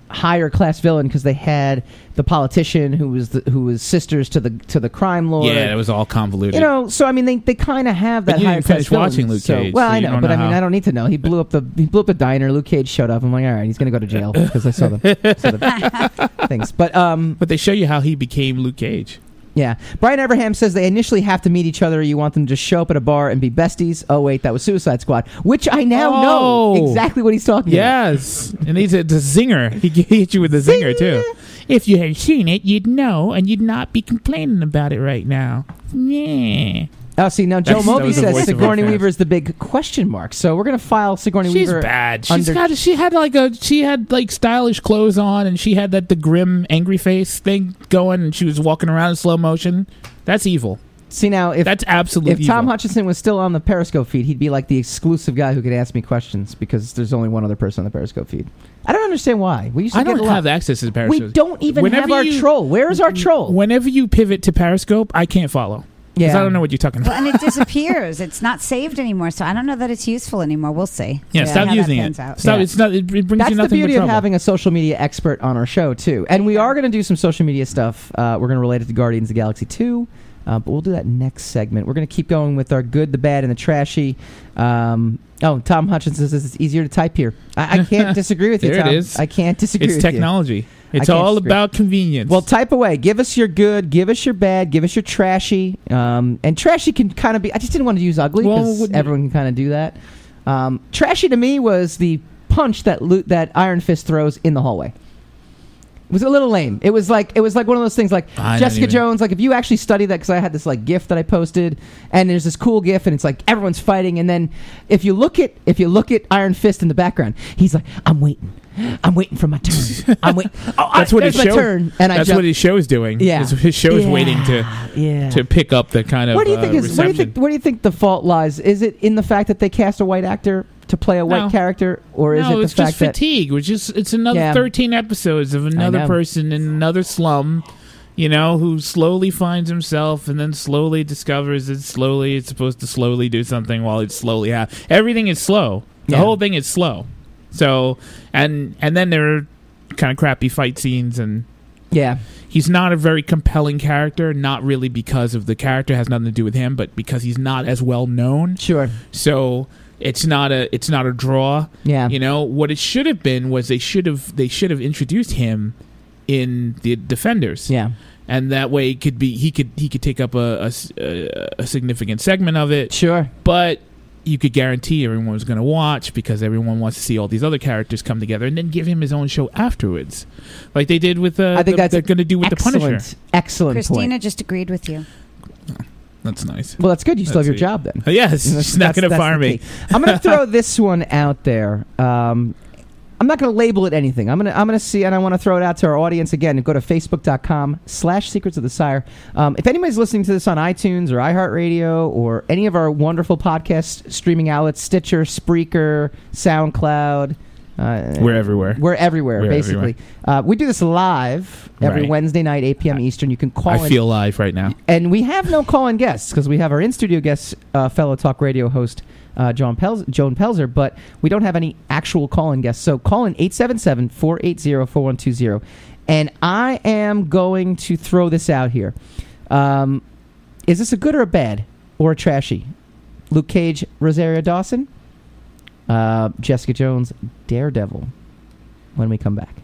S1: higher class villain because they had the politician who was the, who was sisters to the to the crime lord.
S2: yeah, it was all convoluted.
S1: you know, so I mean, they, they kind of have that
S2: But you
S1: higher
S2: didn't
S1: class
S2: finish
S1: villain.
S2: watching Luke
S1: so-
S2: Cage,
S1: well,
S2: so
S1: I
S2: you
S1: know,
S2: don't
S1: but
S2: know
S1: I mean,
S2: how-
S1: I don't need to know. He blew up the he blew up the diner. Luke Cage showed up. I'm like, all right, he's gonna go to jail because I saw the, saw the things. But um,
S2: but they show you how he became Luke Cage.
S1: yeah, Brian Abraham says they initially have to meet each other. You want them to just show up at a bar and be besties. Oh wait, that was Suicide Squad, which I now know
S2: Oh.
S1: exactly what he's talking about.
S2: Yes, and he's a the zinger. He hit you with the zinger too. If you had seen it, you'd know, and you'd not be complaining about it right now. Yeah,
S1: Oh, see now Joe
S2: That's- that
S1: Moby
S2: was the voice
S1: says
S2: of
S1: Sigourney
S2: Abraham.
S1: Weaver is the big question mark. So we're gonna file Sigourney
S2: she's
S1: Weaver.
S2: bad. She's
S1: under-
S2: got. She had like a. She had like stylish clothes on, and she had that the grim, angry face thing going, and she was walking around in slow motion. That's evil.
S1: See now if
S2: That's absolute.
S1: if Tom
S2: evil.
S1: Hutchinson was still on the Periscope feed, he'd be like the exclusive guy who could ask me questions because there's only one other person on the Periscope feed. I don't understand why. We used to
S2: I
S1: get
S2: don't
S1: a lot.
S2: have access to the
S1: we
S2: Periscope.
S1: don't even have
S2: Whenever
S1: our
S2: you-
S1: troll. Where is our troll?
S2: Whenever you pivot to Periscope, I can't follow 'Cause
S1: yeah,
S2: I don't know what you're talking
S3: Well,
S2: about.
S3: and it disappears. It's not saved anymore, so I don't know that it's useful anymore. We'll see.
S2: Yeah,
S3: See
S2: stop
S3: how that
S2: using
S3: pans
S2: it.
S3: out.
S2: Stop.
S1: Yeah.
S2: It's not. It brings you
S1: That's the
S2: nothing
S1: beauty
S2: but
S1: of
S2: trouble.
S1: having a social media expert on our show too. And we are going to do some social media stuff. Uh, we're going to relate it to Guardians of the Galaxy two, uh, but we'll do that next segment. We're going to keep going with our good, the bad, and the trashy. Um, oh, Tom Hutchinson says it's easier to type here. I, I can't disagree with you.
S2: There it
S1: Tom.
S2: is.
S1: I can't disagree.
S2: it's
S1: with you.
S2: technology. It's
S1: can't
S2: all
S1: scream.
S2: about convenience.
S1: Well, type away. Give us your good. Give us your bad. Give us your trashy. Um, and trashy can kind of be. I just didn't want to use ugly
S2: Well,
S1: because
S2: wouldn't-
S1: everyone can kind of do that. Um, trashy to me was the punch that Lu- that Iron Fist throws in the hallway. It was a little lame. It was like it was like one of those things like
S2: I don't
S1: Jessica
S2: even-
S1: Jones. Like if you actually study that, because I had this like GIF that I posted, and there's this cool GIF, and it's like everyone's fighting, and then if you look at if you look at Iron Fist in the background, he's like, I'm waiting, I'm waiting for my turn. I'm waiting. Oh, I,
S2: That's what
S1: there's
S2: his
S1: my
S2: show-
S1: turn, and I
S2: That's
S1: jump.
S2: what his show is doing.
S1: Yeah.
S2: His- his show is
S1: Yeah.
S2: waiting to
S1: yeah.
S2: to pick up the kind of.
S1: what do you
S2: uh,
S1: think is what do you think
S2: reception.
S1: what do you think the fault lies? Is it in the fact that they cast a white actor to play a white
S2: No.
S1: character, or is
S2: no,
S1: it the
S2: it's
S1: fact
S2: just fatigue. Which is it's another
S1: Yeah.
S2: thirteen episodes of another
S1: know.
S2: person in another slum, you know, who slowly finds himself and then slowly discovers that slowly it's supposed to slowly do something while it's slowly ha- everything is slow. The
S1: Yeah.
S2: whole thing is slow. So and and then there are kind of crappy fight scenes and
S1: that yeah
S2: he's not a very compelling character not really because of the character has nothing to do with him but because he's not as well known
S1: sure
S2: so it's not a it's not a draw
S1: yeah
S2: you know what it should have been was they should have they should have introduced him in the defenders
S1: yeah
S2: and that way it could be he could he could take up a, a s- a- a significant segment of it
S1: sure
S2: but you could guarantee everyone was going to watch because everyone wants to see all these other characters come together and then give him his own show afterwards like they did with uh,
S1: I think
S2: the-
S1: that's
S2: they're going to do with
S1: excellent
S2: the punisher
S1: excellent
S3: Christina
S1: point.
S3: just agreed with you.
S2: that's nice
S1: Well, that's good. You still have
S2: That's
S1: your
S2: it.
S1: job then.
S2: yes
S1: That's-
S2: she's not
S1: that's-
S2: going to
S1: that's
S2: fire
S1: the
S2: me
S1: key. I'm going to throw this one out there. Um, I'm not going to label it anything. I'm going to I'm going to see, and I want to throw it out to our audience again. Go to facebook.com/slash Secrets of the Sire. Um, if anybody's listening to this on iTunes or iHeartRadio or any of our wonderful podcast streaming outlets, Stitcher, Spreaker, SoundCloud, uh,
S2: we're everywhere
S1: we're everywhere
S2: We're
S1: basically. Uh, we do this live every
S2: Right.
S1: Wednesday night, 8 p.m. Eastern. You can call.
S2: i
S1: in
S2: feel live right now
S1: and we have no call-in guests because we have our in-studio guest, uh, fellow talk radio host uh, John Pelz- Joan Pelzer, but we don't have any actual call-in guests. So call in 877-480-4120. And I am going to throw this out here. Um, is this a good or a bad or a trashy? Luke Cage, Rosario Dawson, uh, Jessica Jones, Daredevil. When we come back.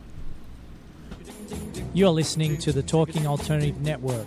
S6: You're listening to the Talking Alternative Network.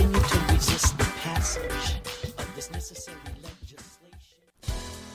S7: to resist the passage of this necessary legislation.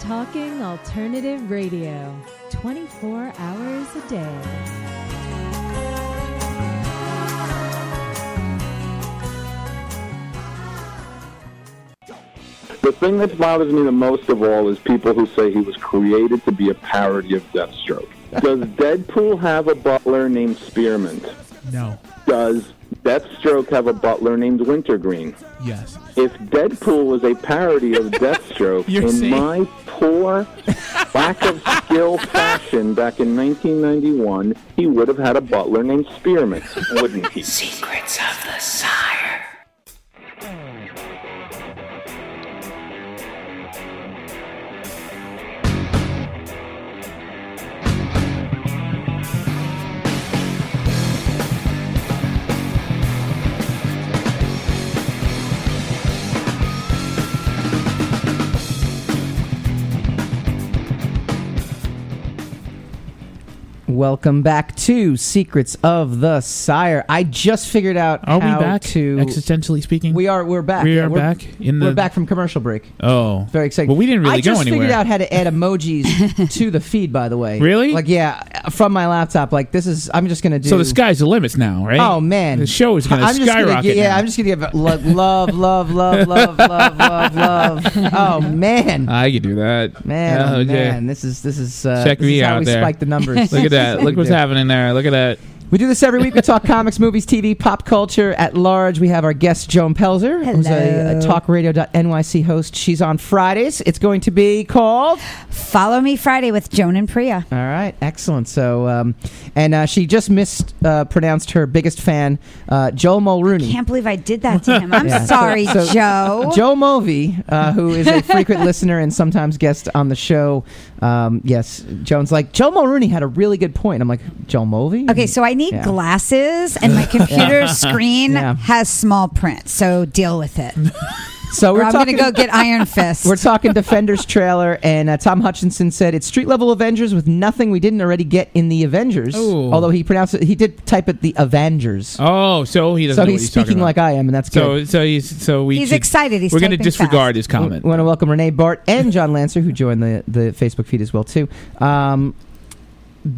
S4: Talking Alternative Radio, 24 hours a day.
S8: The thing that bothers me the most of all is people who say he was created to be a parody of Deathstroke. Does Deadpool have a butler named Spearmint?
S2: no
S8: Does Deathstroke have a butler named Wintergreen?
S2: yes
S8: If Deadpool was a parody of Deathstroke,
S2: You're
S8: in
S2: saying-
S8: my poor lack of skill fashion back in 1991, he would have had a butler named Spearmint, wouldn't he?
S7: Secrets of the Sire.
S1: Welcome back to Secrets of the Sire. I just figured out
S2: Are we
S1: how
S2: back,
S1: to
S2: existentially speaking?
S1: We are. We're back.
S2: We
S1: Yeah,
S2: are
S1: we're-
S2: back in
S1: We're
S2: the-
S1: back from commercial break.
S2: Oh,
S1: Very exciting.
S2: Well, we didn't really
S1: I just
S2: go anywhere.
S1: figured out how to add emojis to the feed. By the way,
S2: Really?
S1: Like, yeah, from my laptop. Like, this is. I'm just gonna do.
S2: so the sky's the limits now, right?
S1: Oh man,
S2: the show is going to
S1: I'm just gonna
S2: skyrocket.
S1: gi- yeah,
S2: now.
S1: I'm just gonna give it lo- love, love, love, love, love, love, love. Oh man,
S2: I could do that.
S1: man,
S2: Oh,
S1: oh,
S2: Uh, yeah.
S1: man. This is this is uh,
S2: Check
S1: this
S2: me
S1: is
S2: out
S1: how we
S2: there.
S1: Spike the numbers.
S2: Look
S1: This
S2: at
S1: is
S2: that. Look
S1: what
S2: what's
S1: we do.
S2: happening there. Look at that.
S1: We do this every week. We talk comics, movies, TV, pop culture at large. We have our guest, Joan Pelzer, who's a, a
S3: Hello.
S1: talkradio.nyc host. She's on Fridays. It's going to be called.
S3: Follow Me Friday with Joan and Priya.
S1: All right, excellent. So, um, and uh, she just mispronounced uh, pronounced her biggest fan, uh, Joel Mulrooney.
S3: Can't believe I did that to him. I'm
S1: Yeah.
S3: sorry,
S1: So- so-
S3: Joe.
S1: Joe Movi, uh, who is a frequent listener and sometimes guest on the show. Um, yes, Joan's like, Joe Mulrooney had a really good point. I'm like, Joe Movi?
S3: Okay, so I need
S1: Yeah.
S3: glasses, and my computer
S1: Yeah.
S3: screen
S1: Yeah.
S3: has small print, so deal with it.
S1: So
S3: Or
S1: we're
S3: I'm
S1: talking,
S3: gonna go get Iron Fist.
S1: We're talking Defenders trailer, and uh, Tom Hutchinson said it's street level Avengers with nothing we didn't already get in the Avengers.
S2: Ooh.
S1: Although he pronounced it, he did type it the Avengers.
S2: Oh, so he
S1: so
S2: doesn't. know what
S1: he's,
S2: talking
S1: speaking
S2: about.
S1: like I am, and that's good.
S2: So, so he's so we.
S3: He's
S2: should-
S3: excited. He's
S2: we're gonna
S3: typing
S2: disregard
S3: fast.
S2: his comment.
S1: We want to welcome Renee Bart and John Lancer, who joined the, the Facebook feed as well too. Um,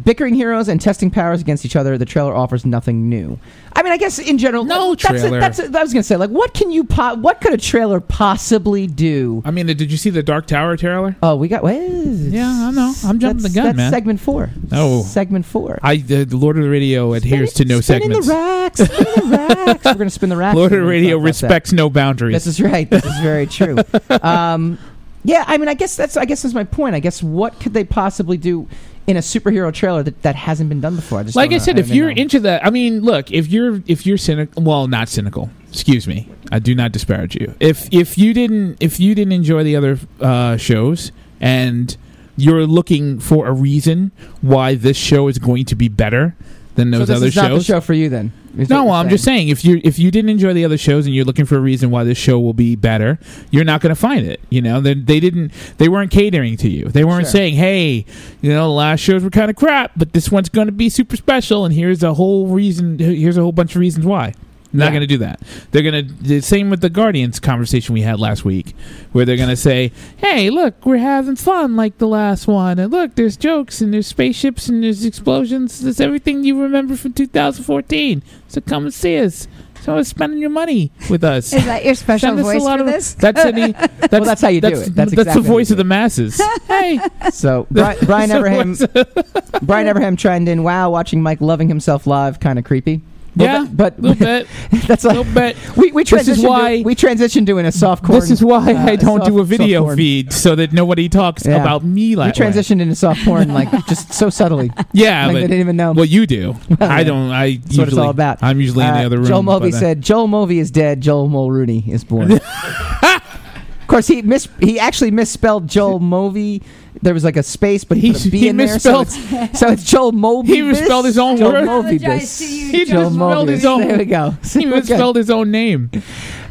S1: bickering heroes and testing powers against each other. The trailer offers nothing new. I mean, I guess in general,
S2: No
S1: that's a-
S2: trailer.
S1: that's a- I was going to say, like, what can you? Po- what could a trailer possibly do?
S2: I mean, the, did you see the Dark Tower trailer?
S1: Oh, we got. Well,
S2: Yeah, I know. I'm jumping the
S1: that's-
S2: gun,
S1: that's
S2: man.
S1: Segment four.
S2: Oh.
S1: segment four.
S2: I the, the Lord of the Radio adheres to no
S1: spinning
S2: segments.
S1: the racks. Spinning the racks. We're gonna spin the racks.
S2: Lord of
S1: We're
S2: the
S1: gonna
S2: Radio
S1: talk about that.
S2: respects no boundaries.
S1: This is right. This is very true. um, yeah, I mean, I guess that's I guess that's my point. I guess what could they possibly do in a superhero trailer that, that hasn't been done before? I just
S2: like
S1: don't
S2: I
S1: know.
S2: said,
S1: don't
S2: if you're
S1: know.
S2: into that, I mean, look, if you're if you're cynical, well, not cynical. Excuse me, I do not disparage you. If if you didn't if you didn't enjoy the other uh, shows and you're looking for a reason why this show is going to be better than
S1: so
S2: those
S1: this
S2: other
S1: is
S2: shows,
S1: not the show for you then. is
S2: No,
S1: what
S2: well,
S1: you're
S2: I'm just saying if you if you didn't enjoy the other shows and you're looking for a reason why this show will be better, you're not going to find it. You know, they, they didn't they weren't catering to you. They weren't
S1: Sure.
S2: saying, "Hey, you know, the last shows were kind of crap, but this one's going to be super special and here's a whole reason here's a whole bunch of reasons why." Not
S1: Yeah.
S2: going to do that. They're going to the same with the Guardians conversation we had last week where they're going to say, "Hey, look, we're having fun like the last one. And look, there's jokes and there's spaceships and there's explosions. There's everything you remember from 2014. So come and see us. So spending your money with us."
S3: Is that your special
S2: Send us a
S3: voice
S2: lot
S3: for
S2: of-
S3: this?
S2: That's any. That's,
S1: Well, that's how you do it. That's exactly
S2: the
S1: how you
S2: voice
S1: do
S2: of the masses. hey,
S1: So Brian, Brian
S2: So
S1: Abraham, Brian Abraham chimed in. Wow, watching Mike loving himself live, kind of creepy. Well,
S2: yeah,
S1: that-
S2: but little bit,
S1: but that's like
S2: little bit.
S1: we we
S2: This
S1: transitioned.
S2: is why-
S1: to, we transitioned to in a soft corn.
S2: This is why
S1: uh,
S2: I don't do a
S1: soft- soft
S2: video
S1: porn.
S2: feed so that nobody talks
S1: Yeah.
S2: about me
S1: We
S2: like
S1: transitioned into soft porn like just so subtly.
S2: Yeah,
S1: like
S2: but
S1: they didn't even know.
S2: Well, you do. I
S1: yeah.
S2: don't. I That's usually,
S1: what it's all about.
S2: I'm usually in the
S1: Uh,
S2: other room.
S1: Joel
S2: by
S1: Mulvey
S2: then.
S1: said, "Joel Mulvey is dead. Joel Mulrooney is born." of course, he mis- he actually misspelled Joel Mulvey. There was like a space, but he,
S2: He-
S1: put a B
S2: he
S1: in there, so it's- so it's Joel Mulvey.
S2: He misspelled his own
S1: Joel
S2: word.
S1: Mulvey.
S3: Apologize to you,
S2: He
S1: Joel
S2: misspelled
S1: Mulvey.
S2: his own-
S1: There we go.
S2: he even spelled his own name.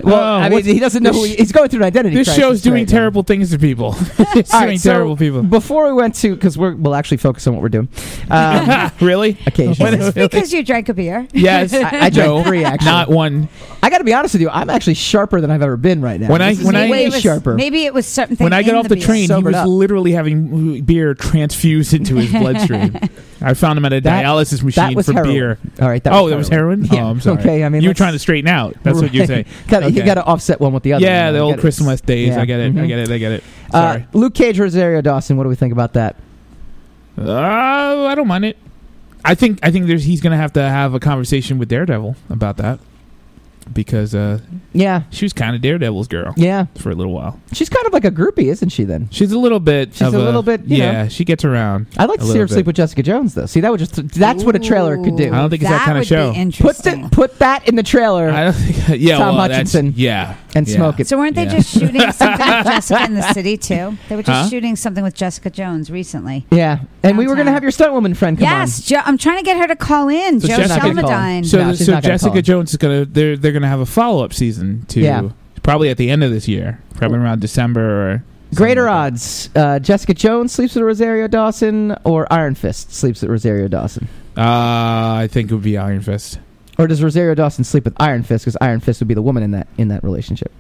S1: Well,
S2: Oh,
S1: I mean,
S2: what's-
S1: he doesn't know.
S2: this
S1: Who he,
S2: sh-
S1: he's going through an identity.
S2: This
S1: crisis
S2: show's doing
S1: right now.
S2: terrible things to people. it's
S1: All right,
S2: doing
S1: so
S2: terrible people.
S1: Before we went to, because we're we'll actually focus on what we're doing. Um,
S2: really?
S1: occasionally.
S3: Is this because you drank a beer?
S2: Yes.
S1: I, I drank
S2: No,
S1: three actually.
S2: Not one.
S1: I got to be honest with you. I'm actually sharper than I've ever been right now.
S2: When I-
S1: This is
S2: when I-
S1: way
S3: it was,
S1: sharper.
S3: Maybe it was something.
S2: when I got
S3: in
S2: off the,
S3: beer.
S2: train, he
S1: Sobered
S2: was
S1: up.
S2: literally having beer transfused into his bloodstream. I found him at a
S1: That-
S2: dialysis
S1: that
S2: machine
S1: was
S2: for
S1: heroin.
S2: beer.
S1: All right. That
S2: oh, there was heroin. Oh, I'm sorry.
S1: Okay, I mean,
S2: you were
S1: let's-
S2: trying to straighten out. That's what you say.
S1: Got You
S2: Okay.
S1: got to offset one with the other. you
S2: yeah,
S1: know,
S2: the
S1: you
S2: old
S1: gotta-
S2: Christmas days.
S1: yeah,
S2: I get it. I
S1: mhm.
S2: get it. I get it.
S1: Uh,
S2: Sorry.
S1: Luke Cage, Rosario Dawson. What do we think about that?
S2: Uh, I don't mind it. I think I think there's he's gonna have to have a conversation with Daredevil about that because uh,
S1: Yeah,
S2: she was kind of Daredevil's girl
S1: yeah.
S2: for a little while.
S1: She's kind of like a groupie, isn't she? Then
S2: She's a little bit.
S1: She's
S2: of
S1: a little bit, you
S2: Yeah, she gets around.
S1: I'd like
S2: A
S1: to see her
S2: little
S1: sleep
S2: bit.
S1: with Jessica Jones, though. See, that would just—that's what a trailer could
S3: Ooh,
S1: do.
S2: I don't think it's that kinda
S3: would
S2: show.
S3: Be
S1: Put
S3: interesting.
S1: the, put that in the trailer
S2: I don't think. Yeah,
S1: Tom
S2: well, that's-
S1: Hutchinson.
S2: Yeah,
S1: and
S2: yeah.
S1: smoke it.
S3: so weren't they
S2: Yeah.
S3: just shooting something with Jessica in the city too? They were just
S2: Huh?
S3: shooting something with Jessica Jones recently.
S1: yeah, and we were gonna
S3: Downtown.
S1: have your stunt woman friend come
S3: yes, Jo- I'm trying to get her to call in.
S2: So
S3: Joe
S2: Jessica-
S3: Shalmadine.
S2: So,
S1: No, uh, she's
S2: so
S1: not gonna call
S2: Jessica
S1: him.
S2: Jones is gonna they're they're gonna have a follow up season to
S1: Yeah.
S2: probably at the end on. Probably at the end of this year, probably around December or
S1: Greater odds: uh, Jessica Jones sleeps with Rosario Dawson, or Iron Fist sleeps with Rosario Dawson,
S2: Uh, I think it would be Iron Fist.
S1: or does Rosario Dawson sleep with Iron Fist because Iron Fist would be the woman in that in that relationship?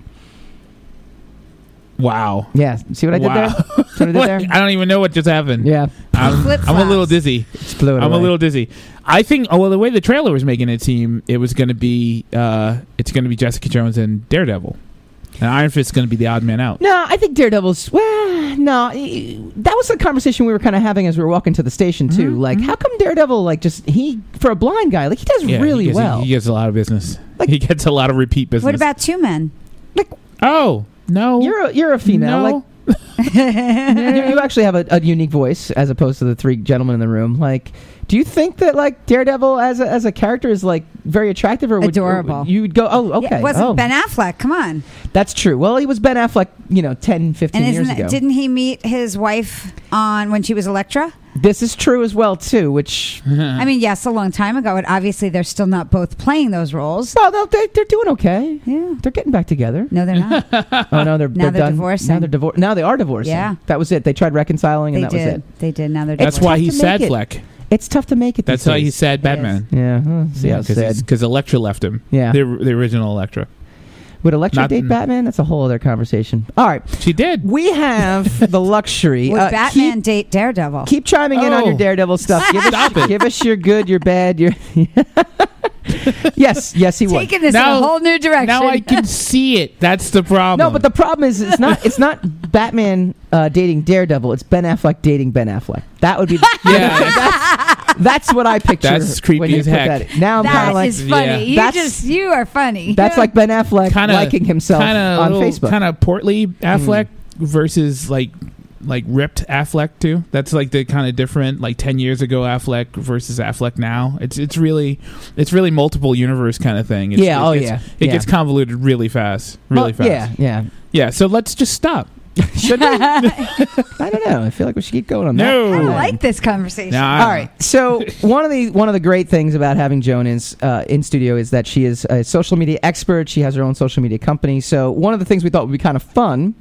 S2: Wow.
S1: Yeah, see what I did there?
S2: Wow.
S1: See what I did there?
S2: I don't even know what just happened.
S1: Yeah.
S2: I'm, I'm a
S1: Flip-flops.
S2: little dizzy.
S1: blew it
S2: I'm
S1: away.
S2: a little dizzy. I think. Oh well, the way the trailer was making it seem, it was going to be. Uh, it's going to be Jessica Jones and Daredevil, and Iron Fist's going to be the odd man out.
S1: No, I think Daredevil's. Well, no, e- that was the conversation we were kind of having as we were walking to the station too. Like, how come Daredevil, like, just he for a blind guy, like he does
S2: Yeah,
S1: really
S2: he gets,
S1: well.
S2: He gets a lot of business. he gets a lot of repeat business.
S3: What about two men?
S2: Oh no,
S1: you're a, you're a female. Like, you, you actually have a, a unique voice as opposed to the three gentlemen in the room. Like, do you think that like Daredevil as a, as a character is like very attractive or would,
S3: Adorable.
S1: You would go, oh, okay,
S3: Yeah, it wasn't
S1: oh,
S3: Ben Affleck? Come on.
S1: That's true. Well, he was Ben Affleck, you know, 10, 15
S3: And
S1: years
S3: isn't
S1: ago.
S3: it, didn't he meet his wife on when she was Electra?
S1: this is true as well too. Which
S3: I mean, yes, a long time ago. And obviously, they're still not both playing those roles.
S1: Well, no, they, they're doing okay.
S3: Yeah.
S1: They're getting back together.
S3: No, they're not.
S1: Oh no, they're
S3: Now
S1: they're,
S3: they're
S1: done.
S3: divorcing.
S1: Now they're divor- Now they are divorcing.
S3: Yeah.
S1: that was it. They tried reconciling,
S3: they
S1: and that
S3: did.
S1: was it.
S3: They did. Now they're.
S2: That's
S3: divorced.
S2: why
S1: tough
S2: he's
S1: to make
S2: sad
S1: it.
S2: Fleck.
S1: It's tough to make it.
S2: That's
S1: these
S2: why
S1: days.
S2: he's sad Batman.
S1: Yeah, huh, see how sad.
S2: Because Electra left him.
S1: Yeah.
S2: the, the original Electra.
S1: Would Electra
S2: Not-
S1: date Batman? That's a whole other conversation. All right,
S2: She did.
S1: we have the luxury.
S3: Would
S1: uh,
S3: Batman
S1: Keep,
S3: date Daredevil?
S1: keep chiming in on your
S2: Oh.
S1: Daredevil stuff. Give us,
S2: Stop it.
S1: give us your good, your bad, your. yes, yes, he would.
S3: Taking this
S2: Now-
S3: in a whole new direction.
S2: Now I can see it. That's the problem.
S1: No, but the problem is it's not it's not Batman uh, dating Daredevil. It's Ben Affleck dating Ben Affleck. That would be
S2: Yeah.
S1: that's, that's what I picture.
S2: That's creepy
S1: when you
S2: as
S1: put
S2: heck.
S1: that in. now I'm kind
S3: That
S1: of like
S3: is funny.
S2: Yeah.
S3: You
S1: That's-
S3: just you are funny.
S1: that's like Ben Affleck
S2: Kinda-
S1: liking himself
S2: kinda
S1: on
S2: little-
S1: Facebook. Mm.
S2: Kind of portly Affleck versus like like ripped Affleck too. That's like the kind of different like ten years ago Affleck versus Affleck now. It's it's really it's really multiple universe kind of thing. It's,
S1: Yeah,
S2: it
S1: oh,
S2: gets-
S1: yeah,
S2: It
S1: yeah.
S2: gets convoluted really fast. Really
S1: Well,
S2: fast.
S1: Yeah, yeah.
S2: Yeah. So let's just stop.
S1: I don't know. I feel like we should keep going on
S2: No.
S1: that.
S3: I like this conversation.
S2: Nah, I
S1: All
S2: don't
S1: right. So one of the one of the great things about having Joan in s- uh, in studio is that she is a social media expert. She has her own social media company. So one of the things we thought would be kind of fun,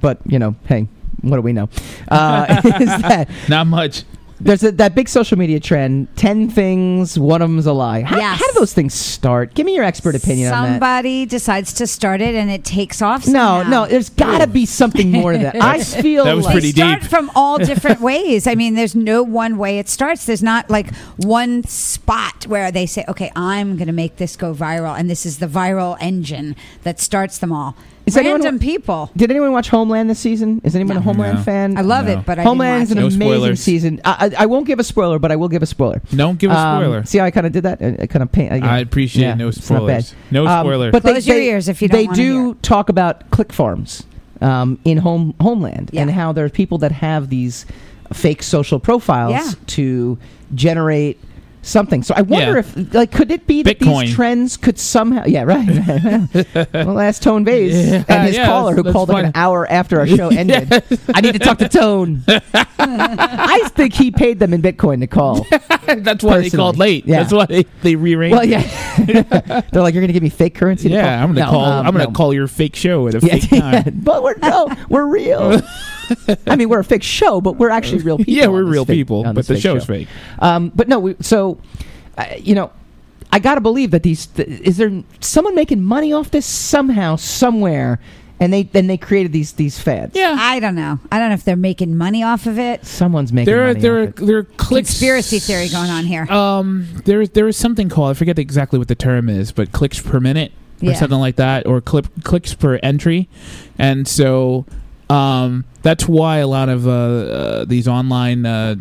S1: but you know, hey, what do we know? Uh, is that
S2: know. Not much.
S1: there's a, that big social media trend: ten things, one of them's a lie. How,
S3: Yes.
S1: how do those things start? Give me your expert opinion on that.
S3: Somebody decides to start it and it takes off.
S1: No,
S3: somehow.
S1: no, there's got to be something more to that. I feel
S2: that was
S1: like
S2: pretty
S3: they start
S2: deep.
S3: from all different ways. I mean, there's no one way it starts. There's not like one spot where they say, "Okay, I'm going to make this go viral," and this is the viral engine that starts them all.
S1: Is anyone-
S3: Random people.
S1: Did anyone watch Homeland this season? Is anyone a Homeland
S2: No.
S1: fan?
S3: I love
S2: No.
S3: it, but I
S1: Homeland is an
S3: didn't watch
S2: No
S1: amazing
S2: spoilers.
S1: season. I, I, I won't give a spoiler, but I will give a spoiler.
S2: Don't give a
S1: Um,
S2: spoiler.
S1: see how I kind of did that? I, I kind of paint.
S2: I appreciate
S1: yeah,
S2: no
S1: it's not
S2: spoilers.
S1: bad.
S2: No
S1: Um,
S2: spoilers.
S1: but
S3: Close
S1: they,
S3: your
S1: they,
S3: ears if you don't
S1: They
S3: wanna
S1: do
S3: hear it.
S1: talk about click farms um, in home Homeland and
S3: Yeah.
S1: how there are people that have these fake social profiles
S3: Yeah.
S1: to generate something. So I wonder
S2: Yeah.
S1: if like could it be that
S2: Bitcoin.
S1: these trends could somehow yeah right. well, last Tone Bays
S2: Yeah,
S1: and his
S2: yeah,
S1: caller who
S2: let's- let's
S1: called up an
S2: find out.
S1: hour after our show ended. I need to talk to Tone. I think he paid them in Bitcoin to call.
S2: That's why they
S1: Personally,
S2: called late.
S1: yeah.
S2: That's why they, they rearranged.
S1: Well, yeah. They're like, you're going to give me fake currency. to
S2: Yeah, I'm gonna
S1: No,
S2: call.
S1: um,
S2: I'm gonna
S1: no.
S2: call your fake show at a
S1: Yeah,
S2: fake time.
S1: but we're no, we're real. I mean, we're a fake show, but we're actually real people.
S2: yeah, we're
S1: on this
S2: real
S1: fake-
S2: people,
S1: on
S2: but
S1: this
S2: the
S1: fake
S2: show's
S1: show.
S2: fake.
S1: Um, but no, we, so uh, you know, I gotta believe that these. Th- is there someone making money off this somehow, somewhere? And they then they created these these fads.
S2: Yeah,
S3: I don't know. I don't know if they're making money off of it.
S1: someone's making
S2: there are
S1: money.
S2: there
S1: off
S2: are
S1: it.
S2: there are clicks.
S3: Conspiracy theory going on here.
S2: Um, there there is something called I forget exactly what the term is, but clicks per minute or
S3: Yeah.
S2: something like that, or clip, clicks per entry, and so um, that's why a lot of uh, uh, these online. Uh,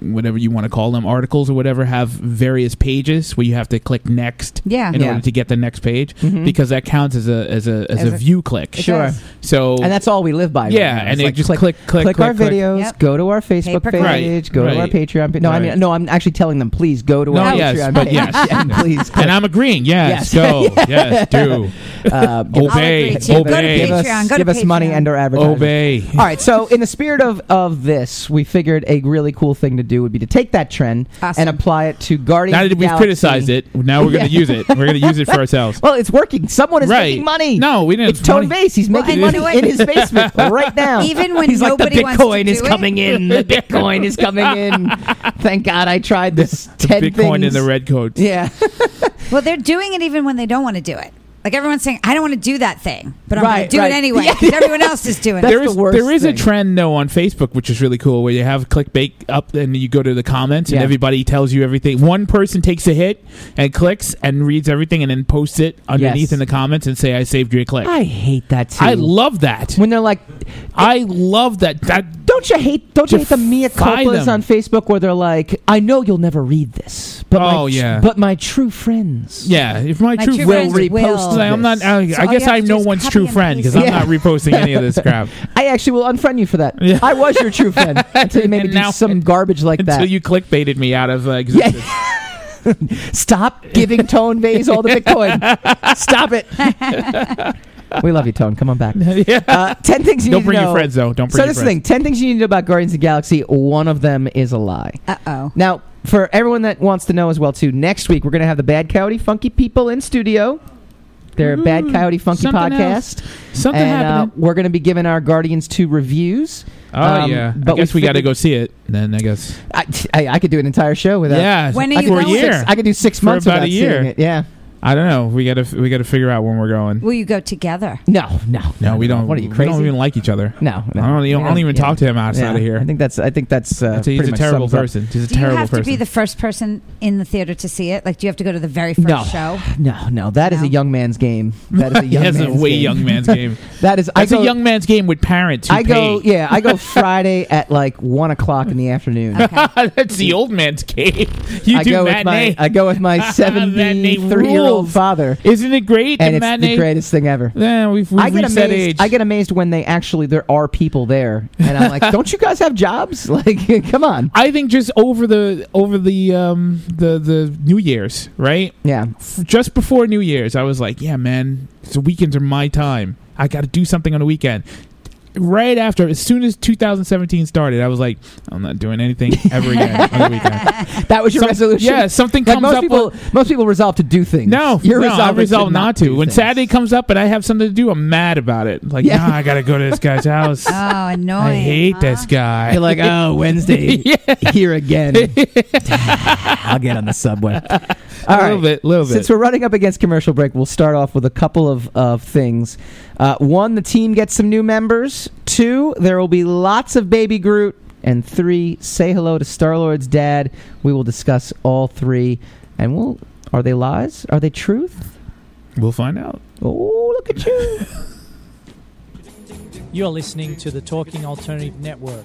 S2: whatever you want to call them articles or whatever have various pages where you have to click next
S3: Yeah.
S2: in
S1: Yeah.
S2: order to get the next page
S1: Mhm.
S2: because that counts as a as a as,
S3: As
S2: a,
S3: a-
S2: view click
S3: It
S1: Sure.
S3: does.
S2: so
S1: and that's all we live by. right
S2: yeah,
S1: now. It's
S2: and they
S1: like
S2: just
S1: click,
S2: click click click,
S1: click, our videos,
S3: Yep.
S1: go to our Facebook
S3: Pay-per-click.
S2: Right,
S1: page, go to our
S2: right.
S1: Patreon. pa- No, I mean,
S2: Right.
S1: no, I'm actually telling them, please go to
S2: No,
S1: our
S2: yes,
S1: Patreon
S2: but
S1: page
S2: yes.
S1: and please.
S2: And I'm agreeing.
S1: Yes.
S2: Yes, go. yes, do.
S1: Uh, give us-
S2: Obey.
S1: give us- give us-
S2: Obey.
S1: Give us,
S2: Patreon. Go to
S1: give us money and or advertising.
S2: Obey.
S1: All right. So in the spirit of of this, we figured a really cool thing to do would be to take that trend and apply it to Guardians.
S2: Now
S1: of
S2: that
S1: the
S2: we've
S1: Galaxy.
S2: criticized it, now we're going to
S1: Yeah.
S2: use it. We're going to use it for ourselves.
S1: Well, it's working. Someone is
S2: Right.
S1: making money.
S2: No, we didn't.
S1: It's Tone Bass. He's making
S2: and
S1: money
S2: you know what?
S1: in his basement right now.
S3: Even when
S1: he's like, the
S3: nobody wants to
S1: Bitcoin is
S3: do it."
S1: coming in. The Bitcoin is coming in. Thank God I tried this. ten
S2: Bitcoin
S1: things.
S2: and the red coats.
S1: Yeah.
S3: well, they're doing it even when they don't want to do it. Like everyone's saying, I don't want to do that thing, but I'm going
S1: Right,
S3: to do
S1: right.
S3: it anyway
S1: Yeah.
S3: 'cause everyone else is doing it.
S2: there is there is a trend though on Facebook which is really cool where you have clickbait up and you go to the comments and
S1: Yeah.
S2: everybody tells you everything. One person takes a hit and clicks and reads everything and then posts it underneath
S1: Yes.
S2: in the comments and say I saved your click.
S1: I hate that too.
S2: I love that.
S1: When they're like,
S2: I love that. that
S1: don't you hate? Don't you hate the mea
S2: Defy
S1: culpas
S2: them.
S1: on Facebook where they're like, I know you'll never read this, but
S2: Oh,
S1: my, tr-
S2: yeah.
S1: but my true friends.
S2: yeah, if my,
S1: My
S2: true,
S1: true
S2: friend
S1: friends will.
S2: reposts, like, I'm not. I,
S1: So
S2: I
S1: all
S2: guess
S1: you have
S2: I'm
S1: to
S2: no
S1: do is
S2: one's
S1: copy
S2: true
S1: and
S2: friend because
S1: paste.
S2: I'm not
S1: Yeah.
S2: reposting any of this crap.
S1: I actually will unfriend you for that.
S2: Yeah.
S1: I was your true friend until you made me
S2: And
S1: do
S2: now-
S1: some garbage like
S2: Until
S1: that.
S2: you clickbaited me out of uh, existence.
S1: yeah. Stop giving Tone Bays all the Bitcoin. Stop it. we love you, Tone. Come on back. Uh, ten things you
S2: Don't
S1: need
S2: bring
S1: to know.
S2: your friends, though. Don't bring
S1: so
S2: your
S1: that's the
S2: friends.
S1: thing. Ten things you need to know about Guardians of the Galaxy. One of them is a lie.
S3: Uh oh.
S1: Now, for everyone that wants to know as well, too, next week we're going to have the Bad Coyote Funky People in studio. They're a Bad Coyote Funky
S2: Mm-hmm. something
S1: podcast.
S2: else. Something
S1: and,
S2: happening.
S1: Uh, we're going to be giving our Guardians 2 reviews.
S2: Oh
S1: Um,
S2: yeah,
S1: But
S2: I guess we, got to
S1: figured-
S2: go see it. Then I guess.
S1: I, I, I could do an entire show with that.
S2: Yeah,
S3: When are
S1: I
S3: you
S1: could
S2: for
S1: do
S2: a
S3: going?
S2: year.
S1: six- I could do six
S2: For
S1: months
S2: about
S1: without
S2: a year.
S1: seeing it. Yeah.
S2: I don't know. We gotta we gotta figure out when we're going.
S3: Will you go together?
S1: No, no,
S2: No, we don't.
S1: What are you
S2: We
S1: crazy?
S2: don't even like each other.
S1: no, no.
S2: I don't, even- I don't
S1: We
S2: even
S1: yeah.
S2: talk to him outside
S1: Yeah.
S2: of here.
S1: I think that's. I think that's. Uh,
S2: I'd
S1: pretty
S2: say he's a
S1: much
S2: terrible
S1: sums up.
S2: person. He's a
S3: Do you
S2: terrible
S3: have to be
S2: person.
S3: the first person in the theater to see it? Like, do you have to go to the very first
S1: No.
S3: show?
S1: No, no, that is
S3: No.
S1: a young man's game. That is a young
S2: That's a
S1: man's
S2: way
S1: game.
S2: young man's game.
S1: That is.
S2: That's
S1: I go,
S2: a young man's game with parents. Who
S1: I go.
S2: pay.
S1: Yeah, I go Friday at like one o'clock in the afternoon.
S2: That's the old man's game. You
S1: I
S2: do
S1: go with my.
S2: matinee.
S1: uh, I go with my
S2: Matinee
S1: seventy-three-year-old
S2: rules.
S1: father,
S2: Isn't it great?
S1: and
S2: the
S1: it's
S2: matinee.
S1: the greatest thing ever.
S2: Yeah, we've, we've
S1: I get
S2: reached
S1: amazed.
S2: that age.
S1: I get amazed when they actually there are people there, and I'm like, "Don't you guys have jobs? Like, come on."
S2: I think just over the over the um the the New Year's right.
S1: Yeah.
S2: f- just before New Year's, I was like, yeah, man, so weekends are my time. I got to do something on the weekend. Right after, as soon as 2017 started, I was like, I'm not doing anything ever again on the weekend.
S1: That was your
S2: Some-
S1: resolution.
S2: Yeah, something
S1: Like
S2: comes
S1: most
S2: up.
S1: people,
S2: with-
S1: most people resolve to do things.
S2: no,
S1: you're
S2: no, I
S1: resolved,
S2: resolve not, to.
S1: do
S2: When
S1: things.
S2: Saturday comes up and I have something to do, I'm mad about it. Like,
S1: Yeah.
S2: nah, I gotta go to this guy's house.
S3: Oh, annoying.
S2: I hate
S3: huh?
S2: this guy.
S1: you're like, oh, Wednesday here again. I'll get on the subway. All
S2: a little
S1: right.
S2: bit, little bit.
S1: Since we're running up against commercial break, we'll start off with a couple of, of things. Uh, one, the team gets some new members. Two, there will be lots of Baby Groot. And three, say hello to Star Lord's dad. We will discuss all three. And we'll. Are they lies? Are they truth?
S2: We'll find out.
S1: Oh, look at you.
S6: You're listening to the Talking Alternative Network.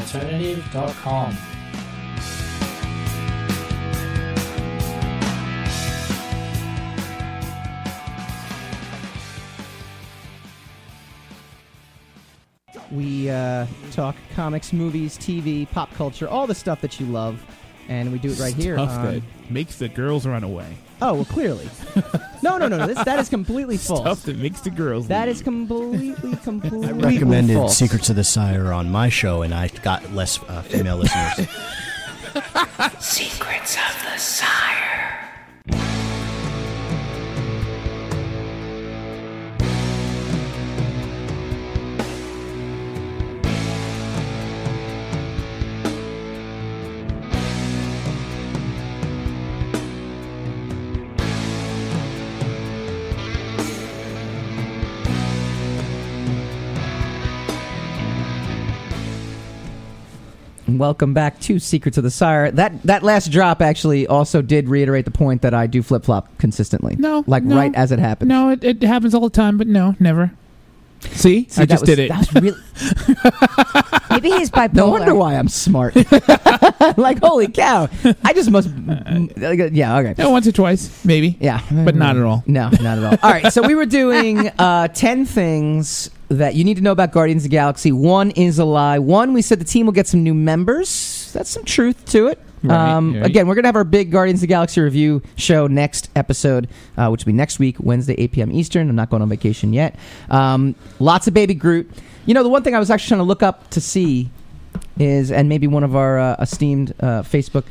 S6: TalkingAlternative.com.
S1: We uh, talk comics, movies, TV, pop culture, all the stuff that you love, and we do it right here. uh,
S2: Stuff
S1: on-
S2: that makes the girls run away.
S1: oh, well, clearly. no, no, no. This, that is completely false.
S2: Stuff that makes the girls.
S1: That is completely, completely
S9: I recommended
S1: false.
S9: Secrets of the Sire on my show, and I got less uh, female listeners.
S7: Secrets of the Sire.
S1: welcome back to Secrets of the Sire. That that last drop actually also did reiterate the point that I do flip flop consistently.
S2: No,
S1: like
S2: no,
S1: right as it happens.
S2: No, it, it happens all the time, but no, never. See,
S1: See,
S2: I
S1: that
S2: just
S1: was-
S2: did it.
S1: That was really
S3: Maybe he's bipolar.
S1: No wonder why I'm smart. like holy cow! I just must. Yeah, okay.
S2: Yeah, once or twice, maybe.
S1: Yeah,
S2: Uh, but not at all.
S1: No, not at all. All right, so we were doing uh, 10 things that you need to know about Guardians of the Galaxy. One is a lie. One, we said the team will get some new members. That's some truth to it.
S2: Right,
S1: um,
S2: right.
S1: Again, we're going to have our big Guardians of the Galaxy review show next episode, uh, which will be next week, Wednesday, 8 p.m. Eastern. I'm not going on vacation yet. Um, lots of Baby Groot. You know, the one thing I was actually trying to look up to see is, and maybe one of our uh, esteemed uh, Facebook.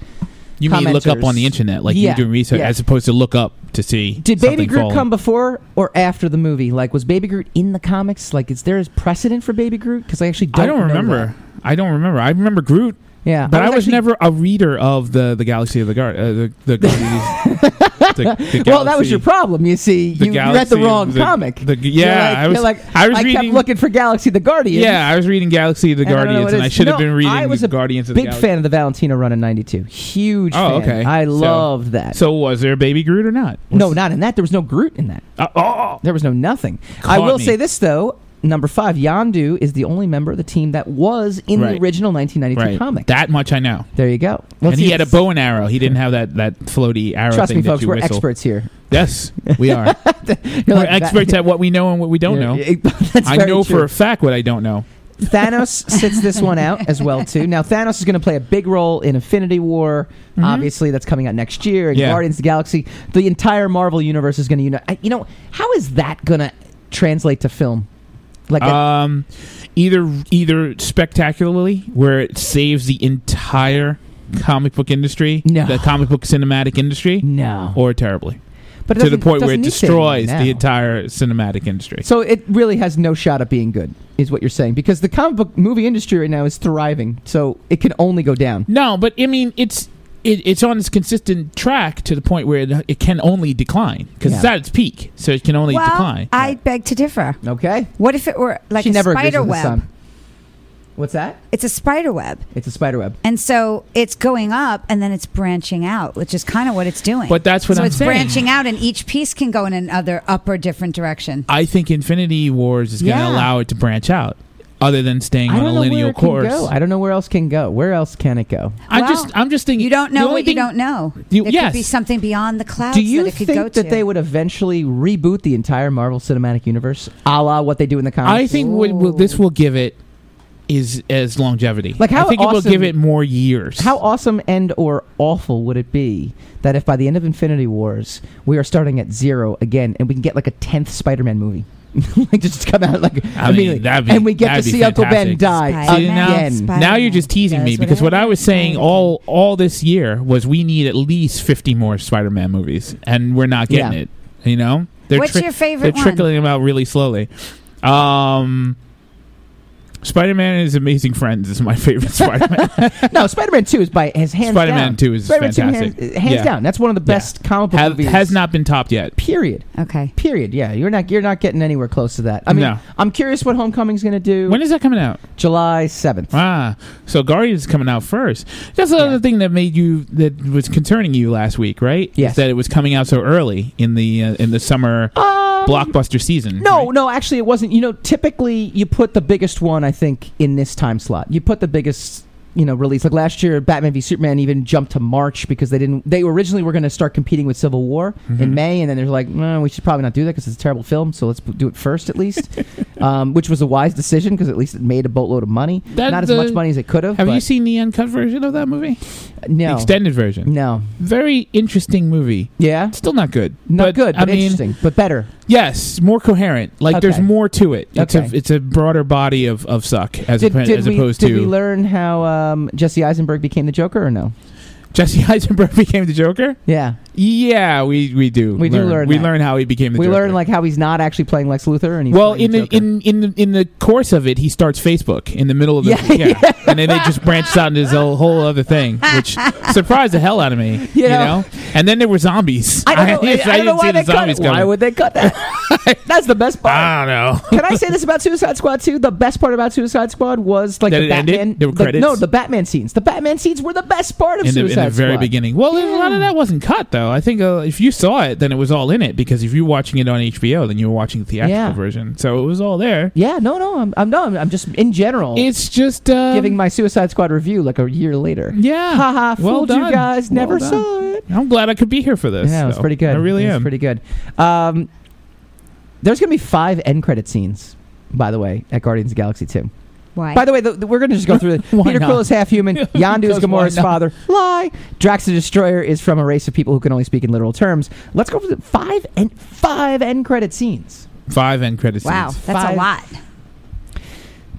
S2: You mean look up
S1: commenters-
S2: on the internet, like
S1: Yeah,
S2: you do research,
S1: yeah.
S2: as opposed to look up to see.
S1: Did Baby
S2: something
S1: Groot
S2: falling.
S1: come before or after the movie? Like, was Baby Groot in the comics? Like, is there precedent for Baby Groot? Because I actually don't.
S2: I don't
S1: know
S2: remember.
S1: that.
S2: I don't remember. I remember Groot,
S1: Yeah,
S2: but I was,
S1: actually-
S2: never a reader of the the Galaxy of the Guard, uh, the, the Guardians. the, the
S1: well, that was
S2: Galaxy-
S1: your problem. You see,
S2: the
S1: you read the
S2: Galaxy-
S1: wrong
S2: the-
S1: comic.
S2: the-
S1: You're
S2: yeah,
S1: like-
S2: I was.
S1: you're like,
S2: I was
S1: I
S2: reading.
S1: kept looking for Galaxy the Guardian.
S2: yeah, I was reading Galaxy of the
S1: And I don't know
S2: Guardians,
S1: what it
S2: and I
S1: is.
S2: should have
S1: No,
S2: been reading.
S1: I was
S2: the
S1: a
S2: Guardians of the
S1: Big
S2: Galaxy.
S1: fan of the Valentino run in '92. Huge.
S2: Oh,
S1: fan.
S2: okay.
S1: I
S2: So-
S1: loved that.
S2: So was there a Baby Groot or not?
S1: no, not in that. There was no Groot in that.
S2: Uh, oh,
S1: There was no nothing. I
S2: Caught
S1: will
S2: me.
S1: say this though. Number five, Yandu is the only member of the team that was in
S2: Right.
S1: the original 1992
S2: right.
S1: comic.
S2: That much I know.
S1: There you go. Let's
S2: and he
S1: see
S2: had a
S1: if-
S2: bow and arrow. He didn't have that that floaty arrow.
S1: Trust
S2: thing
S1: me,
S2: that
S1: folks,
S2: you
S1: we're
S2: whistle.
S1: experts here.
S2: Yes, we are.
S1: You're
S2: we're
S1: like, that-
S2: experts at what we know and what we don't
S1: Yeah,
S2: know.
S1: yeah, that's
S2: I
S1: very
S2: know for
S1: true.
S2: a fact what I don't know.
S1: Thanos sits this one out as well too. Now Thanos is going to play a big role in Infinity War. Obviously, that's coming out next year. And
S2: Mm-hmm. Yeah.
S1: Guardians of the Galaxy, the entire Marvel universe is going to unite. I- You know, how is that going to translate to film? Like, a-
S2: um, either either spectacularly, where it saves the entire comic book industry,
S1: No.
S2: the comic book cinematic industry,
S1: no,
S2: or terribly
S1: but it
S2: to the
S1: doesn't-
S2: point where
S1: doesn't
S2: it
S1: need saving
S2: destroys
S1: now.
S2: the entire cinematic industry.
S1: So it really has no shot at being good, is what you're saying, because the comic book movie industry right now is thriving, so it can only go down.
S2: No, but I mean it's it, it's on this consistent track to the point where it, it can only decline because it's
S1: Yeah.
S2: at its peak, so it can only
S3: well,
S2: decline.
S3: I beg to differ.
S1: Okay,
S3: What if it were like
S1: she
S3: a
S1: never agrees
S3: spider
S1: with the
S3: web?
S1: sun. What's that?
S3: It's a spider web.
S1: It's a spider web.
S3: And so it's going up and then it's branching out, which is kind of what it's doing.
S2: But that's what
S3: so
S2: I'm
S3: it's
S2: saying.
S3: branching out, and each piece can go in another up or different direction.
S2: I think Infinity Wars is going to
S3: Yeah.
S2: allow it to branch out, other than staying
S1: I
S2: on
S1: don't
S2: a
S1: know where
S2: linear
S1: it can
S2: course.
S1: go. I don't know where else can go. Where else can it go?
S2: I'm
S3: Well,
S2: just I'm just thinking
S3: You don't
S2: the
S3: know
S2: only
S3: what
S2: thing-
S3: you don't know.
S2: You-
S3: there
S2: yes.
S3: could be something beyond the clouds
S1: Do you
S3: that it could
S1: think
S3: go to.
S1: that they would eventually reboot the entire Marvel Cinematic Universe, a la what they do in the comics?
S2: I think what will, this will give it is as longevity.
S1: Like, how
S2: I think it
S1: awesome-
S2: will give it more years.
S1: How awesome and or awful would it be that if by the end of Infinity Wars we are starting at zero again and we can get like a tenth Spider-Man movie, like just come out like
S2: I
S1: immediately,
S2: mean, that'd be,
S1: and we get to
S2: that'd be
S1: see Uncle Ben
S2: fantastic.
S1: die
S2: See,
S3: Spider-Man,
S2: now,
S1: again.
S3: Spider-
S2: now you're just teasing me
S3: does
S2: because what I was saying
S3: whatever.
S2: all all this year was we need at least 50 more Spider-Man movies, and we're not getting
S1: Yeah.
S2: it. You know, they're
S3: What's your favorite
S2: They're
S3: one?
S2: trickling them out really slowly. Um, Spider-Man and His Amazing Friends is my favorite Spider-Man.
S1: no, Spider-Man Two is by his hands
S2: Spider-Man
S1: down.
S2: 2 is
S1: Spider-Man
S2: fantastic.
S1: Two hands, uh, hands
S2: Yeah.
S1: down. That's one of the
S2: Yeah.
S1: best comic book
S2: Have-
S1: movies.
S2: has not been topped yet.
S1: period.
S3: Okay.
S1: Period. Yeah, you're not you're not getting anywhere close to that. I mean,
S2: No.
S1: I'm curious what Homecoming's going to do.
S2: When is that coming out?
S1: July seventh.
S2: Ah, so Guardians is coming out first. That's another thing that made you that was concerning you last week, right?
S1: Yes.
S2: Is that it was coming out so early in the uh, in the summer
S1: Um,
S2: blockbuster season.
S1: No,
S2: right?
S1: no, actually, it wasn't. You know, typically you put the biggest one, I think, in this time slot. You put the biggest, you know, release. Like last year, Batman v Superman even jumped to March because they didn't. They originally were going to start competing with Civil War
S2: Mm-hmm.
S1: in May, and then they're like, no, we should probably not do that because it's a terrible film. So let's p- do it first at least, um, which was a wise decision because at least it made a boatload of money.
S2: That-
S1: not as
S2: the-
S1: much money as it could have.
S2: Have you
S1: but-
S2: seen the uncut version of that movie? The
S1: No.
S2: extended version.
S1: no.
S2: Very interesting movie.
S1: Yeah.
S2: Still not good.
S1: Not good,
S2: I
S1: but
S2: mean,
S1: interesting, but better.
S2: yes, more coherent. Like there's
S1: Okay.
S2: more to it. It's
S1: Okay.
S2: a it's a broader body of, of suck as
S1: Did,
S2: oppo-
S1: did
S2: as
S1: we,
S2: opposed
S1: did
S2: to
S1: we learn how um, Jesse Eisenberg became the Joker or no?
S2: Jesse Eisenberg became the Joker.
S1: Yeah.
S2: Yeah, we we do.
S1: We do learn
S2: We
S1: that.
S2: learn how he became the
S1: we
S2: Joker.
S1: learn like how he's not actually playing Lex Luthor, and he's
S2: well,
S1: playing
S2: in the,
S1: Joker.
S2: in in the, in the course of it, he starts Facebook in the middle of the
S1: Yeah.
S2: and then it just branches out into this whole, whole other thing, which surprised the hell out of me. You,
S1: know?
S2: know? and then there were zombies.
S1: I don't know, I,
S2: just-
S1: I don't know
S2: didn't
S1: why
S2: see
S1: they
S2: the
S1: cut it.
S2: zombies
S1: Why
S2: coming. Ah.
S1: would they cut that? That's the best part.
S2: I don't know.
S1: Can I say this about Suicide Squad 2? The best part about Suicide Squad was like
S2: That
S1: the
S2: it ended?
S1: Batman.
S2: There were
S1: the-
S2: credits?
S1: no, the Batman scenes. The Batman scenes were the best part of
S2: in the, in
S1: Suicide
S2: the very
S1: Squad.
S2: beginning. Well, a lot of that wasn't cut though. I think uh, if you saw it, then it was all in it because if you're watching it on HBO, then you were watching the theatrical
S1: Yeah.
S2: version, so it was all there.
S1: Yeah, no, no, I'm, I'm no, I'm- I'm just in general.
S2: It's just um,
S1: Oh. giving my Suicide Squad review like a year later.
S2: Yeah,
S1: haha,
S2: well
S1: fooled
S2: done.
S1: you guys.
S2: Well
S1: Never
S2: done.
S1: saw it.
S2: I'm glad I could be here for this.
S1: Yeah, it was
S2: though.
S1: pretty good.
S2: I really
S1: It was
S2: am.
S1: pretty good. Um, there's gonna be five end credit scenes, by the way, at Guardians of the Galaxy Two.
S3: Why?
S1: By the way, the, the- we're gonna just go through. The,
S2: Why
S1: Peter
S2: not?
S1: Quill is half human. Yandu is
S2: Because why
S1: Gamora's
S2: not?
S1: father. Lie. Drax the Destroyer is from a race of people who can only speak in literal terms. Let's go for the five end five end credit scenes.
S2: Five end credits.
S3: wow, that's
S1: Five-
S3: a lot.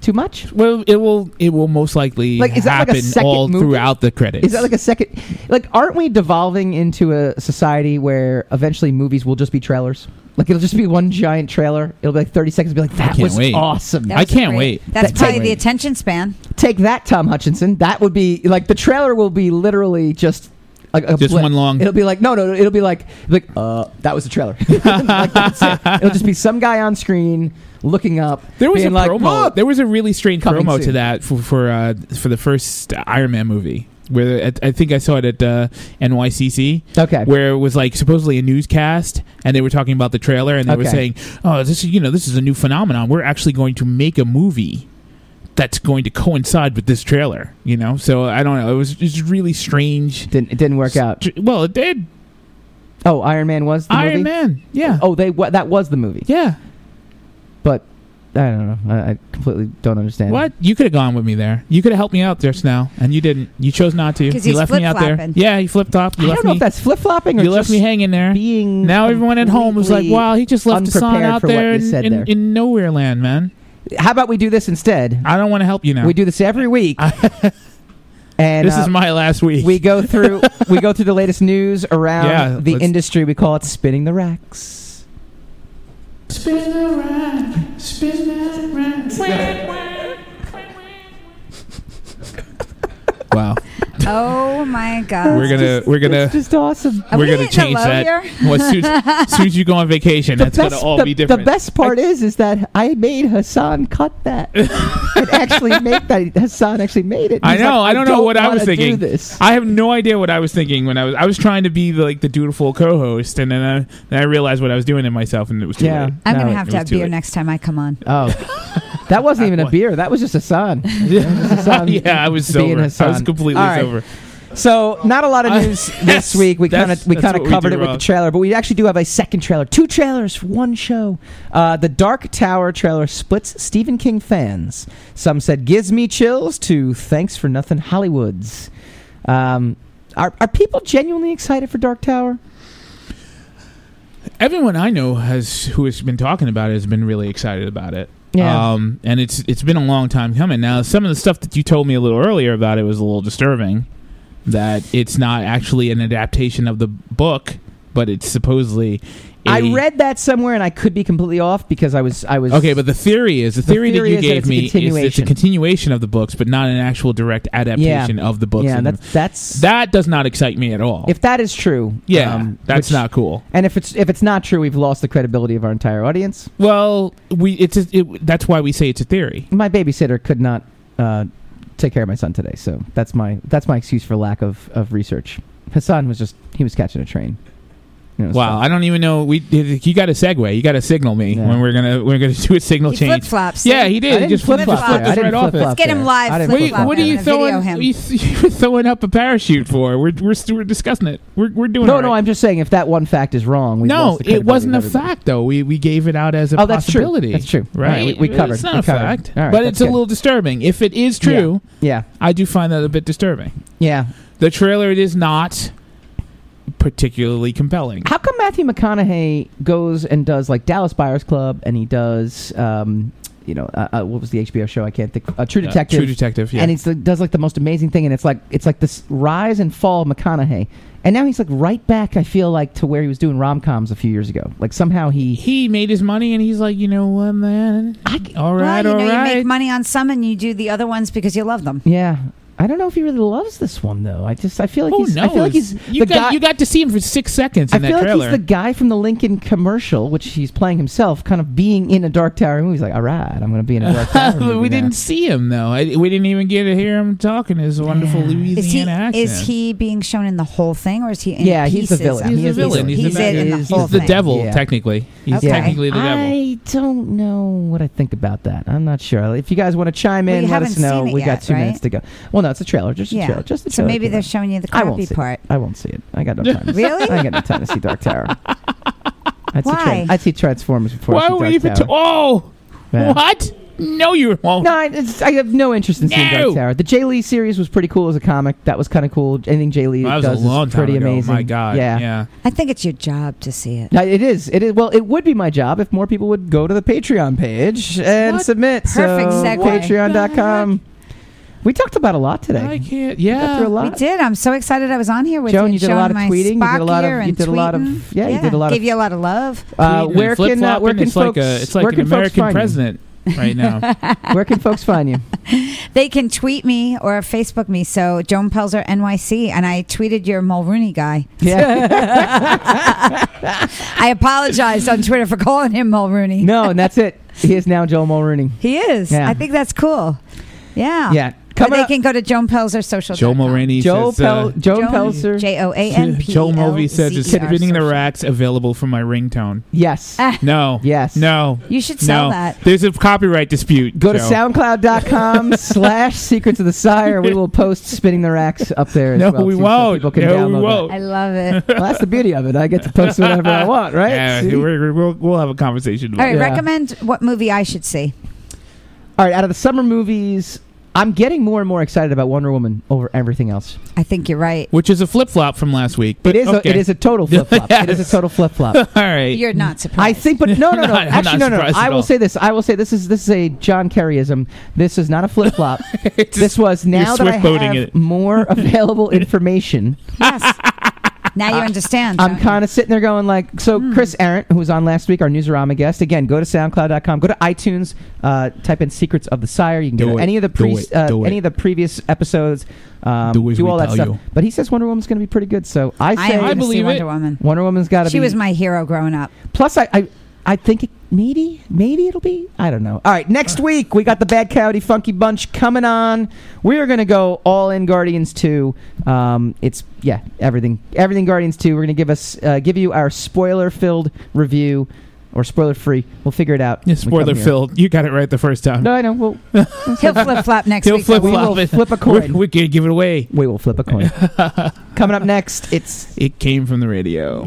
S1: Too much?
S2: Well, it will. It will most likely
S1: Like, is that like a
S2: happen
S1: second
S2: all
S1: movie?
S2: throughout the credits.
S1: Is that like a second? Like, aren't we devolving into a society where eventually movies will just be trailers? Like, it'll just be one giant trailer. It'll be like thirty seconds. Be like, that
S2: can't
S1: was
S2: wait.
S1: awesome.
S3: That
S2: I
S3: was a
S2: can't
S3: great-
S2: wait.
S3: That's
S1: That-
S3: probably
S1: take-
S3: the attention span.
S1: Take that, Tom Hutchinson. That would be like the trailer will be literally just. Like a
S2: Just
S1: blip.
S2: one long-
S1: It'll be like no, no. no, It'll be like like uh, that was the trailer. like, that's it. It'll just be some guy on screen looking up.
S2: There was a
S1: being like,
S2: promo.
S1: "Look,
S2: there was a really strange
S1: Coming
S2: promo to
S1: soon.
S2: that for for, uh, for the first Iron Man movie. Where at, I think I saw it at uh, NYCC.
S1: Okay.
S2: Where it was like supposedly a newscast, and they were talking about the trailer, and they were
S1: Okay.
S2: saying, "Oh, this is you know this is a new phenomenon. We're actually going to make a movie." That's going to coincide with this trailer, you know. So I don't know. It was just really strange.
S1: Didn't it didn't work out?
S2: Str- Well, it did.
S1: Oh, Iron Man was the
S2: Iron
S1: movie?
S2: Man. Yeah.
S1: Oh, they wa that was the movie.
S2: Yeah.
S1: but I don't know. I, I completely don't understand.
S2: What? You could have gone with me there. You could have helped me out just now, and you didn't. You chose not to.
S3: 'Cause
S2: You
S3: he's
S2: left me out there.
S3: flip-flopping.
S2: Yeah, you flipped off. You
S1: I
S2: left
S1: don't know
S2: me.
S1: if that's flip flopping or
S2: you left
S1: just
S2: me hanging there.
S1: being.
S2: Now everyone at home was like,
S1: completely
S2: "Wow, he just left Hassan
S1: unprepared
S2: out
S1: for what
S2: there
S1: you
S2: in,
S1: said
S2: in,
S1: there."
S2: in nowhere land, man.
S1: How about we do this instead?
S2: I don't want to help you now.
S1: We do this every week, and
S2: this
S1: uh,
S2: is my last week.
S1: we go through we go through the latest news around
S2: Yeah,
S1: the
S2: let's-
S1: industry. We call it spinning the racks.
S2: spin around, spin around. wow,
S3: Oh my god.
S2: we're gonna Uh, we're gonna
S1: It's just awesome.
S3: Are
S2: we're
S3: we
S2: gonna
S3: hitting a
S2: change
S3: low
S2: that.
S3: here?
S2: Well, as soon as soon as you go on vacation, that's gonna all
S1: the,
S2: be
S1: the
S2: different.
S1: best part is is that I made Hassan cut that. and actually make that Hassan actually made it.
S2: I
S1: He's
S2: know.
S1: like,
S2: I don't know what I
S1: wanna
S2: was
S1: do
S2: thinking.
S1: This.
S2: I have no idea what I was thinking when I was. I was trying to be the, like the dutiful co-host, and then I, then I realized what I was doing to myself, and it was too
S1: Yeah.
S2: late.
S3: I'm
S1: No,
S3: gonna
S1: it
S3: have
S2: was
S3: to have
S2: too
S3: beer
S2: late.
S3: next time I come on.
S1: Oh, that wasn't even a
S2: What?
S1: beer. That was just Hassan. Hassan
S2: yeah, I was
S1: being
S2: sober. I was
S1: Hassan.
S2: completely
S1: All right.
S2: sober.
S1: So not a lot of
S2: I-
S1: news
S2: Yes,
S1: this week. We kind
S2: that's-
S1: of we
S2: that's
S1: kind
S2: what
S1: of
S2: we
S1: covered
S2: do
S1: it with the
S2: wrong.
S1: trailer, but we actually do have a second trailer, two trailers for one show. Uh, the Dark Tower trailer splits Stephen King fans. Some said gives me chills to thanks for nothing Hollywoods. Um, are are people genuinely excited for Dark Tower?
S2: Everyone I know has who has been talking about it has been really excited about it.
S1: Yeah.
S2: Um, and it's it's been a long time coming. Now, some of the stuff that you told me a little earlier about it was a little disturbing. That it's not actually an adaptation of the book, but it's supposedly. a-
S1: I read that somewhere, and I could be completely off because I was I was
S2: Okay, but the theory is the
S1: The
S2: theory,
S1: theory
S2: that
S1: is
S2: you
S1: that
S2: gave
S1: it's a
S2: me is it's a
S1: continuation.
S2: continuation of the books, but not an actual direct adaptation of the books.
S1: yeah
S2: and
S1: that's that's
S2: that does not excite me at all.
S1: if that is true
S2: yeah,
S1: um,
S2: that's
S1: which-
S2: not cool.
S1: and if it's if it's not true we've lost the credibility of our entire audience
S2: Well, we it's a, it, that's why we say it's a theory.
S1: my babysitter could not uh, take care of my son today so that's my that's my excuse for lack of, of research hassan was just he was catching a train You know, it was
S2: Wow,
S1: fun.
S2: I don't even know. We you got to segue. You got to signal me
S1: Yeah.
S2: when we're gonna we're gonna do a signal
S3: He flip
S2: change.
S3: flops.
S2: Yeah, he did.
S1: I
S2: he
S1: didn't
S2: just flip
S1: flip-flop
S2: flopped
S1: there. I
S2: us right
S1: didn't
S2: off
S1: flip-flop
S2: it.
S3: Let's get him
S1: there.
S3: live
S1: I didn't
S3: flip-flop
S2: Wait,
S1: flip-flop
S2: what are
S1: there.
S2: you
S3: I'm gonna video
S2: throwing?
S3: him.
S2: You, you were throwing up a parachute for? We're we're, st- we're discussing it. We're we're doing
S1: no
S2: all
S1: no
S2: right.
S1: i'm just saying if that one fact is wrong we
S2: no, it wasn't a fact though. We we gave it out as a
S1: Oh, that's true.
S2: possibility.
S1: That's true.
S2: Right.
S1: Right, we- we covered.
S2: It's not
S1: We
S2: a
S1: covered.
S2: fact,
S1: All right,
S2: but
S1: that's
S2: it's a
S1: good.
S2: little disturbing. If it is true,
S1: yeah
S2: I do find that a bit disturbing.
S1: yeah
S2: The trailer it is not particularly compelling.
S1: How come Matthew McConaughey goes and does like Dallas Buyers Club and he does, um, you know, uh, uh, what was the HBO show? I can't think. Uh, True
S2: Uh,
S1: Detective.
S2: True Detective. Yeah.
S1: And he does like the most amazing thing, and it's like it's like this rise and fall of McConaughey, and now he's like right back. I feel like to where he was doing rom coms a few years ago. Like somehow he.
S2: he made his money, and he's like, you know what, man?
S1: I,
S2: All right,
S3: well,
S2: all
S3: you know, you
S2: right.
S3: make money on some and you do the other ones because you love them.
S1: yeah, I don't know if he really loves this one though. I just I feel like
S2: Who
S1: he's I feel like
S2: knows?
S1: he's
S2: You
S1: the
S2: got-
S1: guy
S2: you got to see him for six seconds
S1: I
S2: in that
S1: feel like
S2: trailer.
S1: he's the guy from the Lincoln commercial, which he's playing himself, kind of being in a Dark Tower movie. He's like, all right, I'm going to be in a Dark Tower movie.
S2: we
S1: now."
S2: didn't see him though. I, we didn't even get to hear him talking his wonderful
S3: Is he,
S2: Louisiana accent.
S3: is he being shown in the whole thing, or is he? In
S1: Yeah, he's the
S3: pieces
S1: villain.
S3: of
S1: He's
S3: it?
S1: the villain.
S2: He's
S3: He's,
S2: the
S3: in,
S2: villain.
S3: the
S2: He's
S3: whole
S2: the
S3: thing.
S2: devil, technically. He's
S3: Okay.
S2: technically the devil.
S1: I don't know what I think about that. I'm not sure. If you guys want to chime
S3: Well,
S1: in,
S3: you
S1: let
S3: haven't
S1: us know.
S3: seen it
S1: We
S3: yet,
S1: got two
S3: right?
S1: minutes to go. Well, no, it's a trailer. Just a
S3: Yeah.
S1: trailer. Just a
S3: So
S1: trailer.
S3: maybe
S1: came
S3: they're
S1: out.
S3: showing you the
S1: I won't
S3: crappy
S1: see it.
S3: part.
S1: I won't see it. I got no time. to see it.
S3: Really?
S1: I got no time to see Dark Tower. I'd See
S3: Why?
S1: Tran- I'd see Transformers before I
S2: Why
S1: see
S2: were
S1: Dark
S2: you even?
S1: Tower.
S2: ta- oh,
S1: Yeah.
S2: what? No, you won't.
S1: No, I, it's, I have no interest in seeing
S2: No.
S1: Dark Tower. The Jay Lee series was pretty cool as a comic. That was kind of cool. Anything Jay Lee
S2: That was a
S1: does
S2: long
S1: is
S2: time
S1: pretty
S2: ago.
S1: amazing.
S2: My God, yeah.
S3: I think it's your job to see it.
S1: No, it is. It is. Well, it would be my job if more people would go to the Patreon page and
S2: What?
S1: submit.
S3: Perfect
S1: so,
S3: segue.
S1: Patreon.com. We talked about a lot today.
S2: I can't.
S1: We got
S2: Yeah,
S1: through a lot.
S3: We did. I'm so excited. I was on here with
S1: Joan,
S3: you.
S1: you did a
S3: showing
S1: lot of
S3: my
S1: tweeting. You did a lot of-
S3: Spock here
S1: you
S3: and
S1: did a lot of-
S3: tweeting.
S1: yeah, you did a lot of-
S3: Gave you a lot of love.
S1: Uh,
S2: Tweeting
S1: where
S2: and
S1: can uh,
S2: flip-flopping,
S1: where can
S2: it's
S1: folks
S2: like a, it's like
S1: where
S2: an
S1: can folks
S2: American
S1: find
S2: president right now.
S1: you? Where can folks find you?
S3: They can tweet me or Facebook me. So Joan Pelzer NYC, and I tweeted your Mulrooney guy.
S1: Yeah.
S3: I apologized on Twitter for calling him Mulrooney.
S1: no, and that's it. He is now Joel Mulrooney.
S3: He is.
S1: Yeah.
S3: I think that's cool. Yeah.
S1: Yeah.
S3: Or
S1: Coming
S3: Ah. they
S1: up,
S3: can go to Joan Pelzer social.
S2: Joe Mulroney
S1: Joe
S2: says. uh,
S1: Pel- Joan Pelzer.
S3: J O A N P. E
S2: Joe Mulvey says it's
S3: L Z E R
S2: spinning the
S3: social.
S2: racks available for my ringtone.
S1: yes.
S3: Ah.
S2: No.
S1: Yes.
S2: No.
S3: You should sell
S2: no.
S3: that.
S2: There's a copyright dispute.
S1: Go to
S2: Joe.
S1: soundcloud.com slash secrets of the sire. We will post spinning the racks up there as
S2: No,
S1: well.
S2: we
S1: too, so
S2: won't.
S1: people can
S2: No, we
S1: download that.
S2: won't.
S3: I love it.
S1: Well, that's the beauty of it. I get to post whatever I want, right?
S2: Yeah,
S1: See?
S2: we're, we'll, we'll have a conversation
S3: All
S2: about
S3: right.
S1: Yeah.
S3: Recommend what movie I should see.
S1: All right, out of the summer movies, I'm getting more and more excited about Wonder Woman over everything else.
S3: I think you're right.
S2: it. Which is a flip flop from last week. But
S1: it is
S2: okay.
S1: a, it is a total flip flop. It is a total flip
S2: All
S1: flop.
S2: right.
S3: You're not
S1: I
S3: surprised.
S1: think, but no, no, no.
S2: Not- I'm
S1: Actually,
S2: not
S1: no, no. no.
S2: surprised
S1: I
S2: at
S1: will
S2: all.
S1: say this. I will say this is this is a John Kerryism. This is not a flip flop.
S2: It's
S1: this was now that I
S2: swift boating
S1: have
S2: it.
S1: more available information.
S3: now you understand.
S1: I'm
S3: don't you?
S1: kind of sitting there going like, so
S3: Hmm.
S1: Chris Arendt, who was on last week, our Newsarama guest. Again, go to SoundCloud.com, go to iTunes, uh, type in "Secrets of the Sire." You can
S2: Do
S1: get
S2: it.
S1: any of the
S2: Do
S1: pre-
S2: it.
S1: uh,
S2: Do it.
S1: any of the previous episodes. Um,
S2: Do as we
S1: all that
S2: tell
S1: stuff.
S2: you.
S1: But he says Wonder Woman's going to be pretty good. So I
S3: I,
S1: say
S3: am
S2: I
S3: I believe
S2: believe
S3: Wonder
S2: it.
S3: Woman.
S1: Wonder Woman's got to be.
S3: She was my hero growing up.
S1: Plus, I, I, I think it, maybe, maybe it'll be. I don't know. All right, next week we got the Bad Coyote Funky Bunch coming on. We are going to go all in Guardians two. Um, it's yeah, everything, everything Guardians two. We're going to give us, uh, give you our spoiler filled review, or spoiler free. We'll figure it out. when we
S2: Yeah,
S1: come
S2: spoiler
S1: here.
S2: filled. You got it right the first time.
S1: No, I know. We'll,
S3: He'll flip flop next
S2: He'll
S3: week.
S2: flip
S1: we
S2: flop
S1: will
S2: it.
S1: flip a coin.
S2: We're, we're gonna give it away.
S1: we will flip a coin. coming up next, it's
S2: It came from the radio.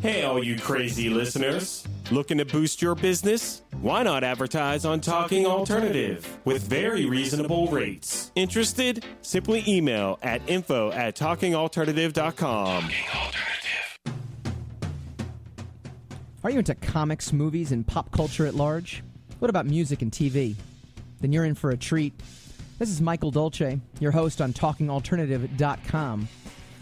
S10: Hey, all you crazy listeners. Looking to boost your business? Why not advertise on Talking Alternative with very reasonable rates? Interested? Simply email at info at talkingalternative.com.
S1: Are you into comics, movies, and pop culture at large? What about music and TV? Then you're in for a treat. This is Michael Dolce, your host on TalkingAlternative.com.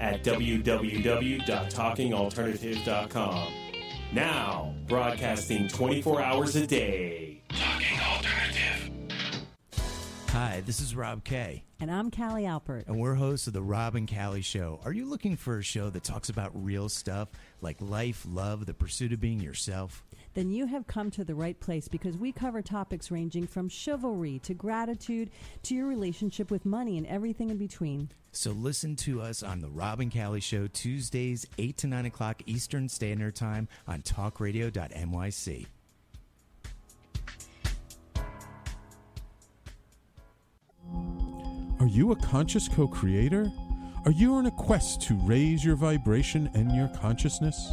S10: at www.talkingalternative.com. Now, broadcasting 24 hours a day.
S11: Hi, this is Rob Kay.
S4: And I'm Callie Alpert.
S11: And we're hosts of The Rob and Callie Show. Are you looking for a show that talks about real stuff like life, love, the pursuit of being yourself?
S4: Then you have come to the right place because we cover topics ranging from chivalry to gratitude to your relationship with money and everything in between.
S11: So listen to us on The Rob and Callie Show, Tuesdays, 8 to 9 o'clock Eastern Standard Time on talkradio.myc.
S12: Are you a conscious co creator? Are you on a quest to raise your vibration and your consciousness?